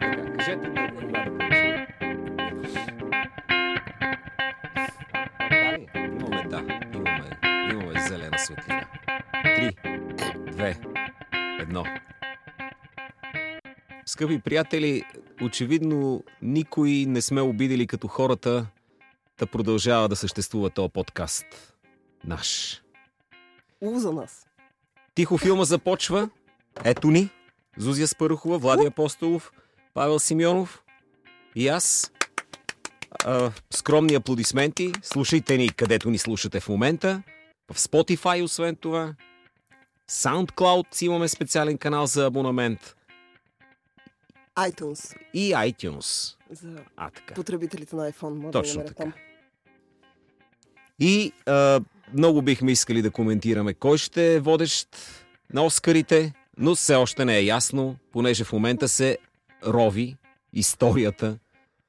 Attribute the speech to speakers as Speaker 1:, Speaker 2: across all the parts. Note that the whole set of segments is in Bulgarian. Speaker 1: Кажете ми откога. Ами, Имаме, да, имаме, имаме зелена светлина. Три, две, едно. Скъпи приятели, очевидно никой не сме обидели като хората да продължава да съществува този подкаст. Наш.
Speaker 2: Ув за нас.
Speaker 1: Тихо филма започва. Ето ни. Зузия Спарухова, Влади Апостолов, Павел Симеонов и аз. А, скромни аплодисменти. Слушайте ни където ни слушате в момента. В Spotify, освен това. SoundCloud си имаме специален канал за абонамент.
Speaker 2: iTunes
Speaker 1: И iTunes.
Speaker 2: за
Speaker 1: А, така.
Speaker 2: потребителите на iPhone. Може
Speaker 1: Точно
Speaker 2: да
Speaker 1: така.
Speaker 2: Там.
Speaker 1: И а, много бихме искали да коментираме кой ще е водещ на Оскарите, но все още не е ясно, понеже в момента се рови историята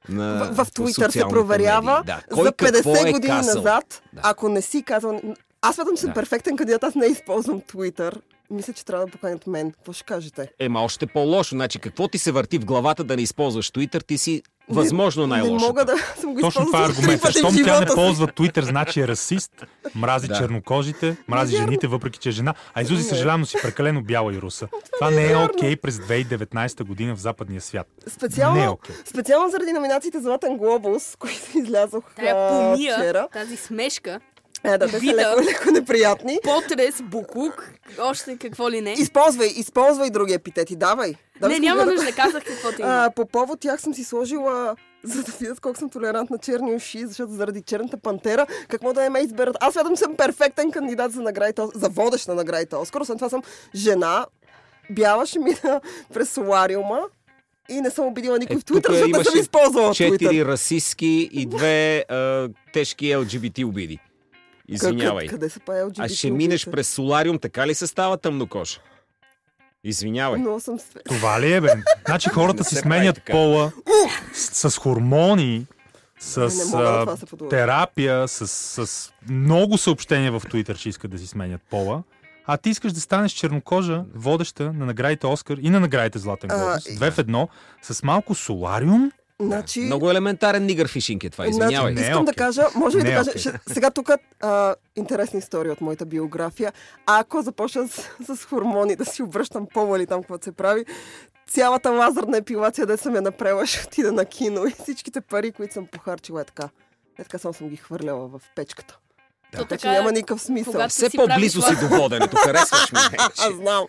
Speaker 1: на
Speaker 2: В, в Twitter се
Speaker 1: социалните
Speaker 2: проверява
Speaker 1: медии. Да. Кой
Speaker 2: за 50
Speaker 1: какво е
Speaker 2: години
Speaker 1: казал?
Speaker 2: назад.
Speaker 1: Да.
Speaker 2: Ако не си казал... Аз смятам, че съм
Speaker 1: Да.
Speaker 2: перфектен кандидат, аз не използвам Twitter. Мисля, че трябва да поканят мен. Какво ще кажете?
Speaker 1: Ема още по-лошо. Значи, какво ти се върти в главата да не използваш Twitter, ти си възможно
Speaker 2: Не
Speaker 1: най-лошо.
Speaker 2: мога да съм го
Speaker 3: Точно това е
Speaker 2: използвала три
Speaker 3: аргументът.
Speaker 2: пъти в
Speaker 3: Щом тя не
Speaker 2: живота си.
Speaker 3: ползва Twitter, значи е расист, мрази
Speaker 1: Да.
Speaker 3: чернокожите, мрази
Speaker 2: Вярно.
Speaker 3: жените, въпреки че е жена. А
Speaker 2: Не.
Speaker 3: Изузи, съжалявам, но си прекалено бяла и руса. Това не е окей през 2019 година в западния свят.
Speaker 2: Специално,
Speaker 3: Не е окей.
Speaker 2: специално заради номинациите Златен глобус, които излязох
Speaker 4: Тая
Speaker 2: а,
Speaker 4: е помия,
Speaker 2: вчера.
Speaker 4: тази смешка,
Speaker 2: Е, да, те са
Speaker 4: Обида.
Speaker 2: леко, леко неприятни.
Speaker 4: потрес, букук, още какво ли не.
Speaker 2: Използвай, използвай други епитети, давай.
Speaker 4: Не,
Speaker 2: Давай,
Speaker 4: няма
Speaker 2: да-
Speaker 4: нужда, казах каквото има.
Speaker 2: А, по повод тях съм си сложила за да видят колко съм толерант на черни уши, защото заради черната пантера, какво да не ме изберат. Аз смятам, че съм перфектен кандидат за наградите, Оскар- за водещ на наградите Оскар. Освен това съм жена, бяла ще мина през солариума и не съм обидила никой
Speaker 1: Е,
Speaker 2: в Твитър,
Speaker 1: тук
Speaker 2: защото не съм
Speaker 1: имаше
Speaker 2: използвала Твитър.
Speaker 1: Четири расистски и две а, тежки LGBT обиди. Извинявай.
Speaker 2: Къде са па LGBT?
Speaker 1: А ще минеш през солариум, така ли се става тъмнокожа? Извинявай.
Speaker 2: Но съм... с-
Speaker 3: Това ли е, бе? Значи хората
Speaker 1: Не
Speaker 3: си
Speaker 1: се прави
Speaker 3: сменят
Speaker 1: така.
Speaker 3: пола с, с хормони,
Speaker 2: Не
Speaker 3: с
Speaker 2: мога на това
Speaker 3: а,
Speaker 2: да се подложа.
Speaker 3: терапия, с, с много съобщения в Twitter, че искат да си сменят пола. А ти искаш да станеш чернокожа, водеща на наградите Оскар и на наградите Златен
Speaker 2: А,
Speaker 3: глобус.
Speaker 2: и-
Speaker 3: Две в едно, с малко солариум.
Speaker 2: Значи...
Speaker 1: Много елементарен нигър фишинг е това, извинявай.
Speaker 3: Не е
Speaker 2: искам да
Speaker 3: окей.
Speaker 2: кажа, може ли
Speaker 3: Не
Speaker 2: да
Speaker 3: е
Speaker 2: кажа,
Speaker 3: окей.
Speaker 2: ще, сега тук а, интересна история от моята биография. Ако започна с, с хормони, да си обръщам пола или там какво се прави, цялата лазерна епилация, де съм я направила, ще отида на кино и всичките пари, които съм похарчила е така. Е така само съм ги хвърляла в печката.
Speaker 1: Да.
Speaker 4: То
Speaker 2: Така че
Speaker 4: така,
Speaker 2: значи
Speaker 4: е.
Speaker 2: няма никакъв смисъл.
Speaker 4: когато-
Speaker 1: Все
Speaker 4: си
Speaker 1: по-близо си
Speaker 4: правиш
Speaker 1: до воденето, харесваш ми.
Speaker 2: Аз знам.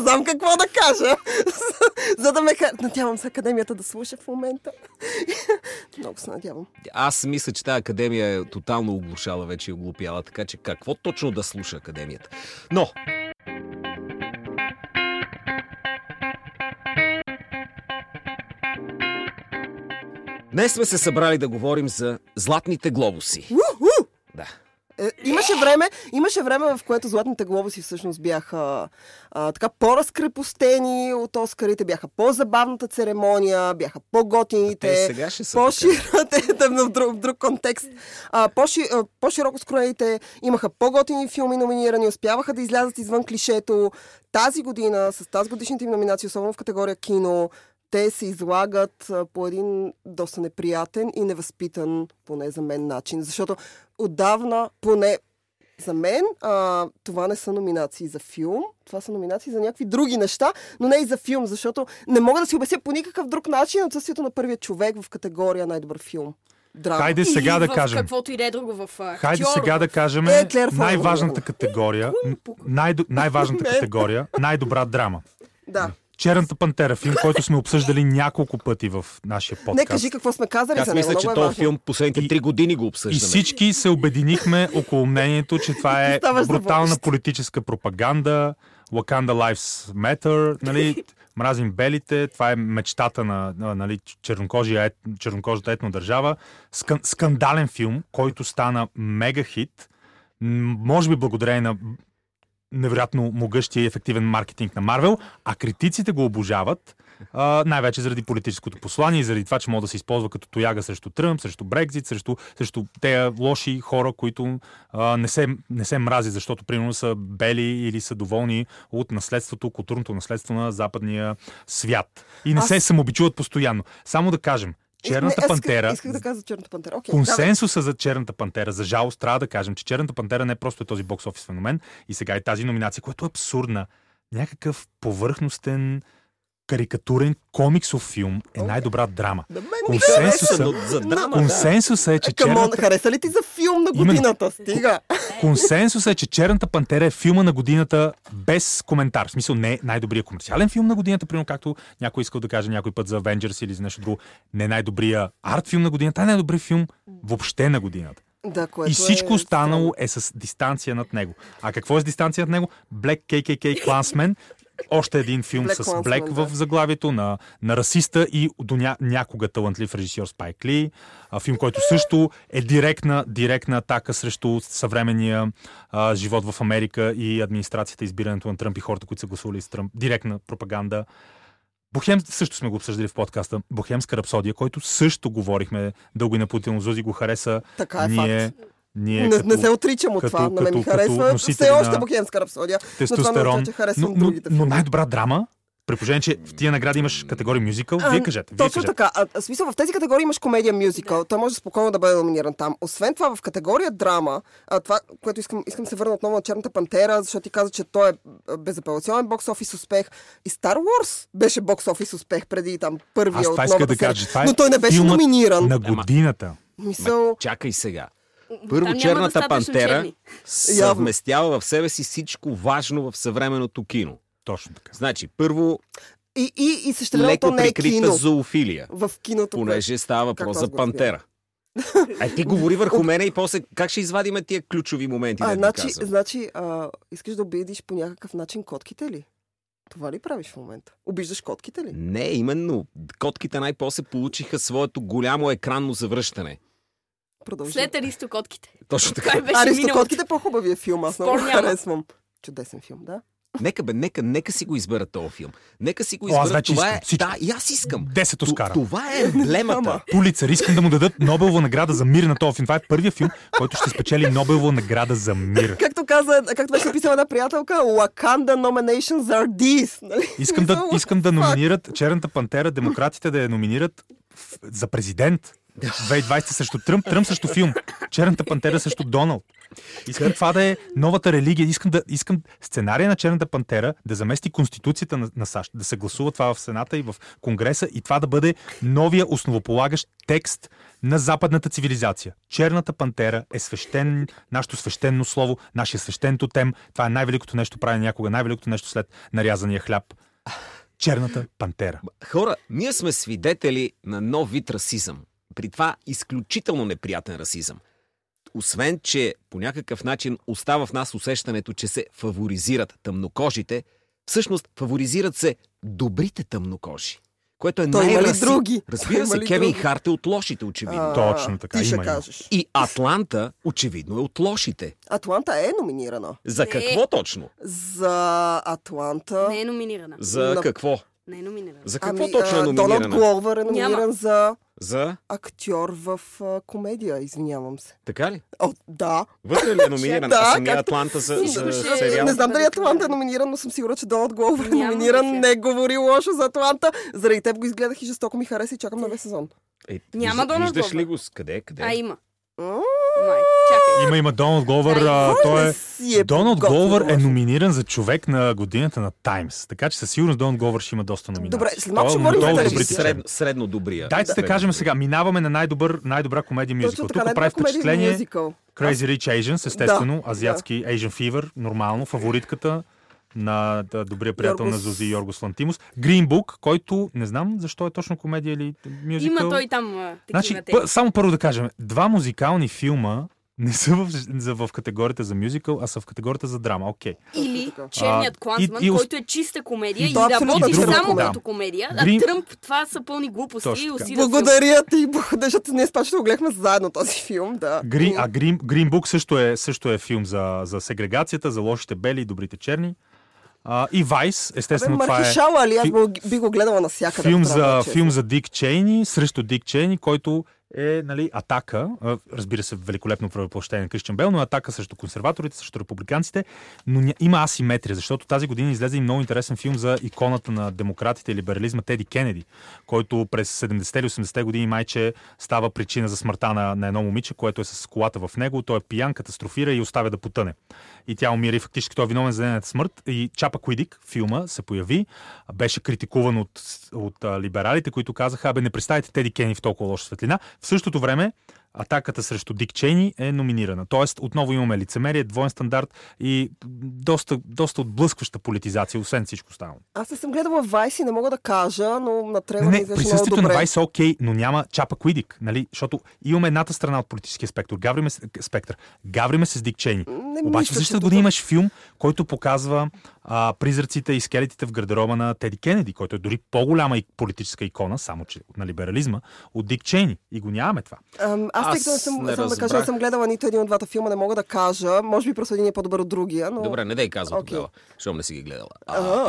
Speaker 2: знам какво да кажа. За да ме... ха- Надявам се академията да слуша в момента. Много се надявам.
Speaker 1: Аз мисля, че тази академия е тотално оглушала вече и оглупяла, така че какво точно да слуша академията? Но, Днес сме се събрали да говорим за златните глобуси.
Speaker 2: Уху!
Speaker 1: Да.
Speaker 2: Е, имаше време, имаше време, в което златните глобуси всъщност бяха а, така по-разкрепостени от Оскарите, бяха по-забавната церемония, бяха
Speaker 1: Те
Speaker 2: по-готините,
Speaker 1: сега ще са така.
Speaker 2: по-широте, да, но в друг, в друг контекст, а, по-ши, а, по-широко скроените имаха по-готини филми номинирани, успяваха да излязат извън клишето. Тази година, с тази годишните им номинации, особено в категория кино, те се излагат а, по един доста неприятен и невъзпитан, поне за мен, начин. Защото отдавна, поне за мен, а, това не са номинации за филм, това са номинации за някакви други неща, но не и за филм, защото не мога да си обясня по никакъв друг начин отсъствието на първия човек в категория най-добър филм. Драма.
Speaker 3: Хайде сега
Speaker 4: Или
Speaker 3: да
Speaker 4: в
Speaker 3: кажем.
Speaker 4: Каквото и да е друго в а,
Speaker 3: Хайде
Speaker 4: актьор,
Speaker 3: сега да кажем
Speaker 2: Е, Клер Фон, Е,
Speaker 3: най-важната
Speaker 2: примерно.
Speaker 3: категория, най- най-важната категория, най-добра драма.
Speaker 2: Да.
Speaker 3: Черната пантера, филм, който сме обсъждали няколко пъти в нашия подкаст.
Speaker 2: Не кажи какво сме казали за
Speaker 1: Аз
Speaker 2: него.
Speaker 1: мисля, че
Speaker 2: Много е
Speaker 1: този
Speaker 2: важно.
Speaker 1: филм последните
Speaker 3: И-
Speaker 1: три години го
Speaker 3: И
Speaker 1: обсъждаме.
Speaker 3: всички се обединихме около мнението, че това е
Speaker 2: Ставаш за
Speaker 3: брутална
Speaker 2: водещ.
Speaker 3: политическа пропаганда, Wakanda Lives Matter, нали, мразим белите, това е мечтата на на, нали, чернокожия ет, чернокожата етнодържава. Скан, скандален филм, който стана мега хит, м, може би благодарение на невероятно могъщ и ефективен маркетинг на Марвел, а критиците го обожават. А, най-вече заради политическото послание и заради това, че мога да се използва като тояга срещу Тръмп, срещу Брекзит, срещу, срещу тези лоши хора, които а, не, се, не се мрази, защото примерно са бели или са доволни от наследството, културното наследство на западния свят. И не
Speaker 2: Аз-
Speaker 3: се самобичуват постоянно. Само да кажем, Черната
Speaker 2: Не, аз исках-
Speaker 3: пантера
Speaker 2: Исках да кажа за черната пантера. Окей, давай.
Speaker 3: Консенсуса за Черната пантера, за жалост, трябва да кажем, че Черната пантера не е просто е този бокс офис феномен и сега е тази номинация, която е абсурдна. Някакъв повърхностен, карикатурен комиксов филм е най-добра драма.
Speaker 2: Ами, Да, мен ми
Speaker 3: Консенсуса,
Speaker 1: Харесва, но за драма, да.
Speaker 3: консенсуса е, че
Speaker 2: Камон,
Speaker 3: черната,
Speaker 2: хареса ли ти за филм на
Speaker 3: Именно.
Speaker 2: годината? Стига!
Speaker 3: консенсуса е, че Черната пантера е филма на годината без коментар. В смисъл не е най-добрия комерциален филм на годината, примерно както някой искал да каже някой път за Avengers или за нещо друго. Не е най-добрия арт филм на годината, а най-добрият филм въобще на годината.
Speaker 2: Да, което
Speaker 3: И всичко
Speaker 2: е...
Speaker 3: останало е с дистанция над него. А какво е с дистанция над него? Black KKK Clansman, още един филм
Speaker 2: Black
Speaker 3: с
Speaker 2: Klansman,
Speaker 3: Black
Speaker 2: да.
Speaker 3: в заглавието на, на расиста и до ня, някога талантлив режисьор Спайк Ли. А, филм, който също е директна, директна атака срещу съвременния а, живот в Америка и администрацията, избирането на Тръмп и хората, които са гласували с Тръмп. Директна пропаганда. Бохем също сме го обсъждали в подкаста. Бохемска рапсодия, който също говорихме дълго и напутилно. Зузи го хареса.
Speaker 2: Така е
Speaker 3: ние,
Speaker 2: факт.
Speaker 3: ние
Speaker 2: Не,
Speaker 3: като,
Speaker 2: не се отричам от
Speaker 3: като-
Speaker 2: това. На мен ми
Speaker 3: като- като
Speaker 2: харесва
Speaker 3: носители
Speaker 2: все още
Speaker 3: на
Speaker 2: Бохемска рапсодия. Но това не
Speaker 3: тестостерон.
Speaker 2: означава, че харесвам
Speaker 3: но, но,
Speaker 2: другите
Speaker 3: но
Speaker 2: филми.
Speaker 3: най-добра драма, при положение, че в тия награди имаш категория мюзикъл,
Speaker 2: А,
Speaker 3: вие кажете. Вие
Speaker 2: Точно
Speaker 3: кажете.
Speaker 2: така. А, в смисъл, в тези категории имаш комедия мюзикъл. Той може спокойно да бъде номиниран там. Освен това, в категория драма, а, това, което искам, искам да се върна отново на Черната пантера, защото ти каза, че той е а, безапелационен бокс офис успех. И Star Wars беше бокс офис успех преди там първия
Speaker 3: Аз това
Speaker 2: от новата
Speaker 3: иска да
Speaker 2: серия.
Speaker 3: кажа. че Това е
Speaker 2: Но той не беше
Speaker 3: филмът
Speaker 2: номиниран.
Speaker 3: На година.
Speaker 2: Мисъл,
Speaker 1: Чакай сега.
Speaker 4: Там
Speaker 1: Първо,
Speaker 4: няма
Speaker 1: черната
Speaker 4: достатъчно
Speaker 1: пантера
Speaker 4: черни.
Speaker 1: съвместява в себе си всичко важно в съвременното кино.
Speaker 3: Точно така.
Speaker 1: Значи, първо,
Speaker 2: и, и, и също
Speaker 1: леко
Speaker 2: не е
Speaker 1: прикрита
Speaker 2: кино.
Speaker 1: зоофилия,
Speaker 2: В киното.
Speaker 1: понеже става въпрос
Speaker 2: аз
Speaker 1: за
Speaker 2: го разбирам?
Speaker 1: пантера. А ти говори върху мене и после как ще извадиме тия ключови моменти,
Speaker 2: А,
Speaker 1: да
Speaker 2: значи,
Speaker 1: ти казвам?
Speaker 2: значи а, искаш да обидиш по някакъв начин котките ли? Това ли правиш в момента? Обиждаш котките ли?
Speaker 1: Не, именно. Котките най-после получиха своето голямо екранно завръщане.
Speaker 2: Продължи.
Speaker 4: След аристокотките.
Speaker 1: Точно така.
Speaker 4: Кой беше минал?
Speaker 2: Аристокотките е по-хубавия филм, аз много
Speaker 4: Спор няма.
Speaker 2: харесвам. Чудесен филм, да.
Speaker 1: Нека бе, нека, нека си го избера този филм. Нека си го
Speaker 3: О, аз
Speaker 1: избера.
Speaker 3: вече
Speaker 1: Това
Speaker 3: искам
Speaker 1: е...
Speaker 3: всичко.
Speaker 1: Да, и аз искам.
Speaker 3: Десет Оскара.
Speaker 1: Т- Това е емблемата.
Speaker 2: Ама.
Speaker 3: Пулицар, искам да му дадат Нобелова награда за мир на този филм. Това е първият филм, който ще спечели Нобелова награда за мир.
Speaker 2: Както каза, както беше написала една приятелка, Wakanda nominations are these. Нали?
Speaker 3: Искам да,
Speaker 2: Мисля,
Speaker 3: искам да
Speaker 2: what the fuck?
Speaker 3: номинират Черната пантера, демократите да я номинират в- за президент. 2020 срещу Тръмп, Тръмп срещу филм. Черната пантера срещу Доналд. Искам това да е новата религия. Искам, да, искам сценария на Черната пантера да замести Конституцията на, на САЩ. Да се гласува това в Сената и в Конгреса и това да бъде новия основополагащ текст на западната цивилизация. Черната пантера е свещен, нашето свещено слово, нашия свещен тотем. Това е най-великото нещо правено някога, най-великото нещо след нарязания хляб. Черната пантера.
Speaker 1: Хора, ние сме свидетели на нов вид расизъм. При това изключително неприятен расизъм. Освен, че по някакъв начин остава в нас усещането, че се фаворизират тъмнокожите, всъщност фаворизират се добрите тъмнокожи. Което е
Speaker 2: Той има ли
Speaker 1: най-раси-
Speaker 2: други? Той
Speaker 1: Разбира
Speaker 2: има
Speaker 1: се,
Speaker 2: ли
Speaker 1: Кевин
Speaker 2: други?
Speaker 1: Харт е от лошите, очевидно.
Speaker 2: А,
Speaker 3: Точно така,
Speaker 2: Ти ще
Speaker 3: има, има.
Speaker 2: кажеш.
Speaker 1: И Атланта, очевидно, е от лошите.
Speaker 2: Атланта е номинирана.
Speaker 1: За
Speaker 4: Не.
Speaker 1: какво точно?
Speaker 2: За Атланта...
Speaker 4: Не е номинирана.
Speaker 1: За
Speaker 2: На- Ами,
Speaker 1: какво?
Speaker 4: Не е номинирана.
Speaker 1: За какво точно е
Speaker 2: а, Доналд
Speaker 1: номинирана?
Speaker 2: Гловър е номиниран
Speaker 4: Няма.
Speaker 2: за
Speaker 1: За...
Speaker 2: актьор в а, комедия, извинявам се.
Speaker 1: Така ли?
Speaker 2: О, да.
Speaker 1: Вътре ли е номиниран?
Speaker 2: Да,
Speaker 1: а самия
Speaker 2: както-
Speaker 1: Атланта за,
Speaker 4: Всичко
Speaker 1: за
Speaker 4: ще е-
Speaker 1: сериал?
Speaker 2: Не знам дали Атланта е номиниран, но съм сигурна, че Долът Гловър е
Speaker 4: Няма
Speaker 2: номиниран.
Speaker 4: да се.
Speaker 2: Не говори лошо за Атланта. Заради теб го изгледах и жестоко ми хареса и чакам новия сезон.
Speaker 1: Е,
Speaker 4: Няма
Speaker 1: вижда-
Speaker 4: Доналд
Speaker 1: Виждаш
Speaker 4: Глобър.
Speaker 1: ли го? с- Къде? Къде?
Speaker 3: Е.
Speaker 4: А, има.
Speaker 2: М?
Speaker 4: Май. Чакай.
Speaker 3: Има, има Доналд Гловър. а, Той е...
Speaker 2: си е
Speaker 3: Доналд
Speaker 2: подготвил
Speaker 3: Гловър е
Speaker 2: лошо.
Speaker 3: номиниран за човек на годината на Таймс. Така че със сигурност Доналд Гловър ще има доста номинации.
Speaker 2: Добре, след малко
Speaker 3: Той е
Speaker 2: ще говорим
Speaker 3: много
Speaker 2: за
Speaker 1: Добре,
Speaker 2: добрите
Speaker 3: добрите
Speaker 2: телевизия.
Speaker 1: средно,
Speaker 3: членове.
Speaker 1: средно добрия.
Speaker 3: Дайте да
Speaker 1: Средно
Speaker 3: кажем
Speaker 1: добрия.
Speaker 3: сега, минаваме на най-добър, най-добра комедия мюзикъл.
Speaker 2: е Точно
Speaker 3: Тук
Speaker 2: така, най-добра
Speaker 3: прави
Speaker 2: комедия
Speaker 3: впечатление
Speaker 2: мюзикъл.
Speaker 3: Crazy Rich Asians, естествено, азиатски Asian Fever, нормално, фаворитката на да, добрия приятел
Speaker 2: Йоргос.
Speaker 3: на Зузи Йоргос Лантимус. Green Book, който не знам защо е точно комедия или мюзикъл.
Speaker 4: Има той там а, такива
Speaker 3: Значи,
Speaker 4: теми.
Speaker 3: пъ, само първо да кажем, два музикални филма не са в, за, в категорията за мюзикъл, а са в категорията за драма. Окей.
Speaker 4: Или
Speaker 2: така.
Speaker 4: черният
Speaker 3: А,
Speaker 4: клансман,
Speaker 3: и- и ос-
Speaker 4: който е чиста комедия и
Speaker 2: Да,
Speaker 3: е
Speaker 2: абсолютно
Speaker 4: работи
Speaker 2: друга
Speaker 4: само
Speaker 3: комедия.
Speaker 4: като комедия. А
Speaker 3: Грим-
Speaker 4: Тръмп, това са пълни глупости
Speaker 3: Точно
Speaker 4: и
Speaker 3: така.
Speaker 4: усилия.
Speaker 2: Благодаря ти, благодаря, защото днес пак ще го гледахме заедно този филм, да.
Speaker 3: Гри, а Green, Green Book също е, също е филм за, за сегрегацията, за лошите бели и добрите черни. А, и Vice, естествено, това е
Speaker 2: Мархишала, али аз
Speaker 3: фи-
Speaker 2: го- би го гледала навсякъде.
Speaker 3: филм
Speaker 2: трябва да
Speaker 3: за,
Speaker 2: кажа.
Speaker 3: филм за Дик Чейни, срещу Дик Чейни, който е нали, атака, а, разбира се, великолепно правопощение на Кристиан Бел, но е атака срещу консерваторите, срещу републиканците, но ня- има асиметрия, защото тази година излезе и много интересен филм за иконата на демократите и либерализма Теди Кенеди, който през 70-те или 80-те години майче става причина за смъртта на, на едно момиче, което е с колата в него, той е пиян, катастрофира и оставя да потъне. И тя умира и фактически той е виновен за нейната смърт. И Чапа Куидик, филма, се появи, беше критикуван от, от а, либералите, които казаха, абе не представите Теди Кени в толкова лоша светлина. В същото време атаката срещу Дик Чейни е номинирана. Тоест, отново имаме лицемерие, двоен стандарт и доста, доста отблъскваща политизация, освен всичко останало.
Speaker 2: Аз не съм гледала Вайс и не мога да кажа, но на трейлер
Speaker 3: Не,
Speaker 2: ми
Speaker 3: не,
Speaker 2: изглежда много добре.
Speaker 3: присъствието на Вайс е окей, но няма чапа Куидик, нали? Защото имаме едната страна от политическия спектър. Гавриме с, спектър. Гавриме се с Дик Чейни.
Speaker 2: Не мисля,
Speaker 3: Обаче в
Speaker 2: че
Speaker 3: същата
Speaker 2: тук-
Speaker 3: година имаш филм, който показва а, призраците и скелетите в гардероба на Теди Кенеди, който е дори по-голяма и политическа икона, само че на либерализма, от Дик Чейни. И го нямаме това.
Speaker 2: Ам, аз, тъй
Speaker 1: Аз
Speaker 2: като не съм,
Speaker 1: не
Speaker 2: не съм да кажа, не
Speaker 1: разбрах.
Speaker 2: съм гледала нито един от двата филма, не мога да кажа. Може би просто един е по-добър от другия, но...
Speaker 1: Добре, не дай казвам
Speaker 2: Окей.
Speaker 1: тогава, щом не си ги гледала. А,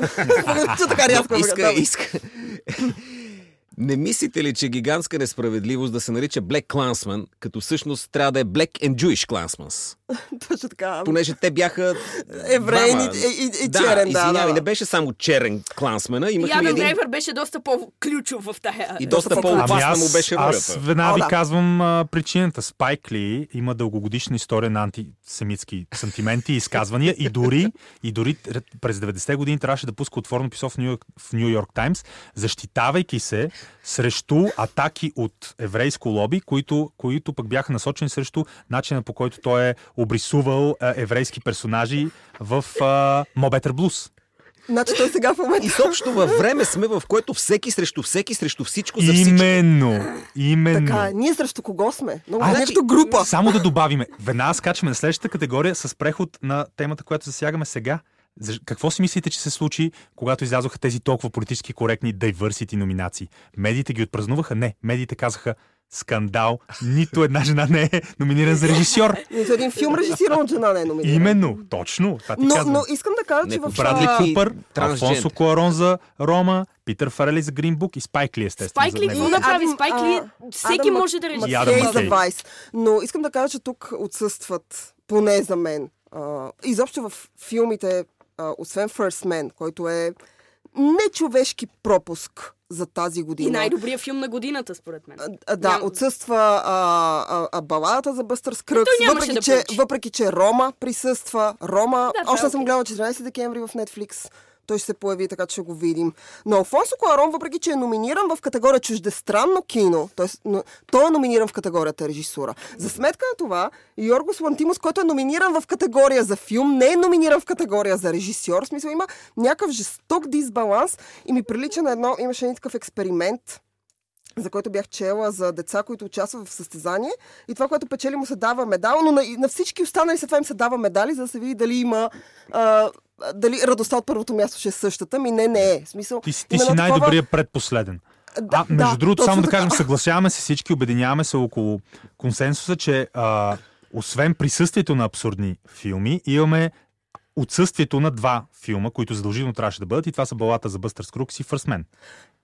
Speaker 2: А. Че така рязко. ме
Speaker 1: иска,
Speaker 2: гледам.
Speaker 1: иска. Не мислите ли, че гигантска несправедливост да се нарича Black Clansman, като всъщност трябва да е Black and Jewish Clansmans?
Speaker 2: Точно така.
Speaker 1: Понеже те бяха...
Speaker 2: Евреин
Speaker 1: двама.
Speaker 2: и- и- и
Speaker 1: да,
Speaker 2: черен, да,
Speaker 1: извинявай,
Speaker 2: да, да.
Speaker 1: не беше само черен клансмена,
Speaker 4: И
Speaker 1: имахме
Speaker 4: Адам
Speaker 1: един...
Speaker 4: Драйвер беше доста по-ключов в тая.
Speaker 1: И доста
Speaker 3: Ами
Speaker 1: по-опасна
Speaker 3: аз,
Speaker 1: му беше
Speaker 3: аз
Speaker 1: ролята.
Speaker 3: веднага
Speaker 2: О,
Speaker 3: ви
Speaker 2: да.
Speaker 3: казвам а, причината. Спайк Ли има дългогодишна история на антисемитски сантименти и изказвания и дори, и дори през 90-те години трябваше да пуска отворено писо в Нью Йорк, в Нью Йорк Таймс, защитавайки се срещу атаки от еврейско лоби, които, които пък бяха насочени срещу начина по който той е обрисувал а, еврейски персонажи в а, Mo Better Blues.
Speaker 2: Значи той сега в момента...
Speaker 1: Изобщо във време сме, в което всеки срещу всеки, срещу всичко, за всичко.
Speaker 3: Именно, именно.
Speaker 2: Така, е. ние срещу кого сме? Много
Speaker 3: А,
Speaker 2: нещо група.
Speaker 3: Значи, Само да добавиме. Веднага скачаме на следващата категория с преход на темата, която засягаме сега. За- Какво си мислите, че се случи, когато излязоха тези толкова политически коректни diversity номинации? Медиите ги отпразнуваха? Не. Медиите казаха скандал. Нито една жена не е номинирана за режисьор.
Speaker 2: Нито Ами, един филм режисиран от жена не е номиниран.
Speaker 3: Именно. Точно. Това ти
Speaker 2: Но,
Speaker 3: казвам.
Speaker 2: но искам да кажа,
Speaker 1: Не,
Speaker 2: че в...
Speaker 3: Брадли
Speaker 2: а,
Speaker 3: Купър,
Speaker 1: трансджендър.
Speaker 3: Алфонсо Куарон за Рома, Питър Фарели за Грин Бук и Спайк Ли, естествено.
Speaker 4: Спайк
Speaker 3: за
Speaker 4: Ли,
Speaker 3: него.
Speaker 4: какво направи
Speaker 2: Адам,
Speaker 4: Спайк Ли?
Speaker 2: а,
Speaker 4: Всеки
Speaker 2: Адам
Speaker 4: може да
Speaker 2: Мак-
Speaker 4: реши.
Speaker 3: И Адам
Speaker 2: Маккей за
Speaker 3: Маккей.
Speaker 2: Вайс. Но искам да кажа, че тук отсъстват, поне за мен, а, изобщо в филмите, а, освен First Man, който е нечовешки пропуск за тази година.
Speaker 4: И най-добрият филм на годината, според мен.
Speaker 2: А, а, Да,
Speaker 4: Ням-
Speaker 2: отсъства а, а, а, баладата за Бъстър Скръкс,
Speaker 4: Той нямаше
Speaker 2: въпреки,
Speaker 4: да
Speaker 2: че,
Speaker 4: получи.
Speaker 2: въпреки че Рома присъства. Рома,
Speaker 4: Да, това
Speaker 2: още
Speaker 4: е
Speaker 2: не съм
Speaker 4: окей.
Speaker 2: гледала 14 декември в Netflix. Той ще се появи, така че ще го видим. Но Алфонсо Куарон, въпреки че е номиниран в категория чуждестранно кино, т.е. но- той е номиниран в категорията режисура. За сметка на това, Йоргос Лантимос, който е номиниран в категория за филм, не е номиниран в категория за режисьор. В смисъл има някакъв жесток дисбаланс и ми прилича на едно, имаше един такъв експеримент, за който бях чела за деца, които участват в състезание. И това, което печели, му се дава медал, но на, и на всички останали след това им се дава медали, за да се види дали има. А, дали радостта от първото място ще е същата. Ми не, не е. В смисъл,
Speaker 3: Ти, си- ти
Speaker 2: има
Speaker 3: си
Speaker 2: едно такова-
Speaker 3: най-добрият предпоследен.
Speaker 2: Да,
Speaker 3: А, между
Speaker 2: да,
Speaker 3: другото,
Speaker 2: точно
Speaker 3: само да
Speaker 2: така.
Speaker 3: кажем, съгласяваме се всички, обединяваме се около консенсуса, че а, освен присъствието на абсурдни филми, имаме отсъствието на два филма, които задължително трябваше да бъдат и това са Балата за Бъстър Скрукс и Фърсмен.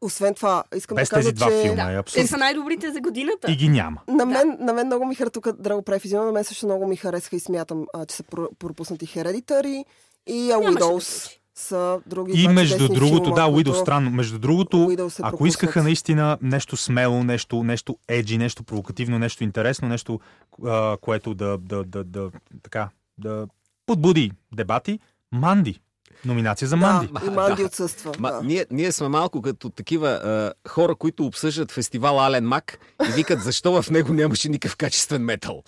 Speaker 2: Освен това, искам
Speaker 3: Без
Speaker 2: да кажа,
Speaker 3: тези два
Speaker 2: че...
Speaker 3: филма. е
Speaker 4: Да.
Speaker 3: абсурд.
Speaker 4: Те са най-добрите за годината.
Speaker 3: И ги няма.
Speaker 2: На мен, на мен много ми хареса тук Драго Префизион, на мен също много ми харесха и смятам, а, че са про- пропуснати Hereditary и а,
Speaker 4: Нямаше да
Speaker 2: Widows
Speaker 4: случи.
Speaker 2: са други
Speaker 3: И
Speaker 2: два
Speaker 3: между
Speaker 2: чудесни
Speaker 3: другото,
Speaker 2: филма,
Speaker 3: да, Уидо
Speaker 2: които-
Speaker 3: странно. Между другото,
Speaker 2: Уидо се
Speaker 3: ако
Speaker 2: пропуснат.
Speaker 3: искаха наистина нещо смело, нещо, нещо еджи, нещо провокативно, нещо интересно, нещо, а, което да, да, да, да, така, да подбуди дебати, Манди. Номинация за Манди.
Speaker 2: Да, и Манди отсъства.
Speaker 1: Ма,
Speaker 2: да.
Speaker 1: ние, ние сме малко като такива а, хора, които обсъждат фестивал Ален Мак и викат защо в него нямаше никакъв качествен метал.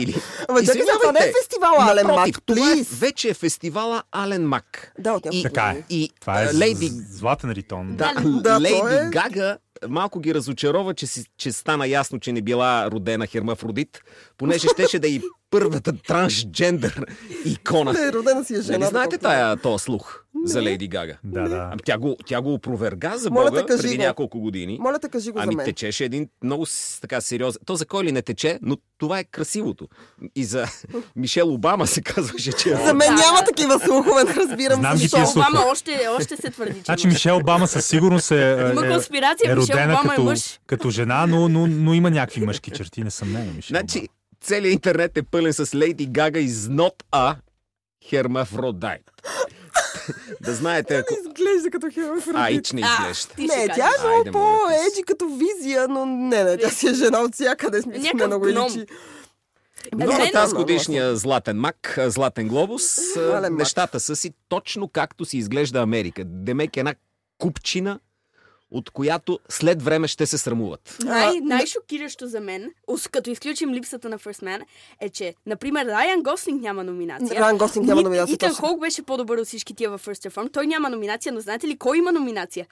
Speaker 1: Или...
Speaker 2: Ама чакай,
Speaker 1: Извинявайте,
Speaker 2: това не е фестивал Ален Мак,
Speaker 1: напротив, това е,
Speaker 2: please.
Speaker 1: вече е фестивала Ален Мак.
Speaker 2: Да, от няколко
Speaker 1: И,
Speaker 3: Така е.
Speaker 1: И
Speaker 3: Това е
Speaker 1: Лейди
Speaker 3: Лейди... златен ритон.
Speaker 1: да,
Speaker 2: Да,
Speaker 1: Лейди
Speaker 2: той е-
Speaker 1: Гага малко ги разочарова, че, си, че стана ясно, че не била родена хермафродит, понеже щеше да е и първата трансджендър икона.
Speaker 2: Не, родена си е жена.
Speaker 1: Нали знаете
Speaker 2: доколкото-
Speaker 1: тая, то слух за Леди Гага?
Speaker 3: Да, да.
Speaker 1: Ами тя го, тя го опроверга за
Speaker 2: Моля те,
Speaker 1: Бога
Speaker 2: кажи
Speaker 1: преди
Speaker 2: го.
Speaker 1: няколко години.
Speaker 2: Моля те, кажи го за
Speaker 1: Ами
Speaker 2: мен.
Speaker 1: течеше един много с- така сериозен. То за кой ли не тече, но това е красивото. И за Мишел Обама се казваше, че е
Speaker 2: За мен
Speaker 4: Да.
Speaker 2: няма такива слухове, не разбирам
Speaker 3: Знам ги
Speaker 2: защо.
Speaker 3: тия слухове.
Speaker 4: Обама още, още се твърди, че
Speaker 3: Значи
Speaker 4: има.
Speaker 3: Мишел Обама със сигурност е, е,
Speaker 4: Има
Speaker 3: е,
Speaker 4: конспирация,
Speaker 3: е
Speaker 4: Мишел
Speaker 3: родена
Speaker 4: Обама е
Speaker 3: като,
Speaker 4: мъж.
Speaker 3: като жена, но, но, но има някакви мъжки черти, несъмнено. Мишел
Speaker 1: Значи, целият интернет е пълен с Лейди Гага из not a hermaphrodite. да знаете, ако...
Speaker 2: Изглежда като хермафродит.
Speaker 1: Аич не
Speaker 4: А,
Speaker 1: изглежда.
Speaker 4: ти ще
Speaker 2: Не, тя
Speaker 4: кажеш.
Speaker 2: е много
Speaker 1: Айде, моля те.
Speaker 2: по-еджи като визия, но не, не, тя си е жена от всякъде. Смисъл,
Speaker 4: Някакъв
Speaker 2: не много и
Speaker 4: гном.
Speaker 2: личи.
Speaker 1: Но
Speaker 4: Е,
Speaker 1: на
Speaker 4: мен-
Speaker 1: тази годишния Златен мак, а, Златен глобус, а,
Speaker 2: Мален Е, мак.
Speaker 1: нещата са си точно както си изглежда Америка. Демек е една купчина, от която след време ще се срамуват.
Speaker 4: Най- най-шокиращо за мен, ос- като изключим липсата на First Man, е, че, например, Райан Гослинг няма номинация.
Speaker 2: Райан Гослинг няма
Speaker 4: Ит-
Speaker 2: номинация,
Speaker 4: Итан
Speaker 2: точно.
Speaker 4: Холк беше по-добър от всички тия във First Reform. Той няма номинация, но знаете ли кой има номинация?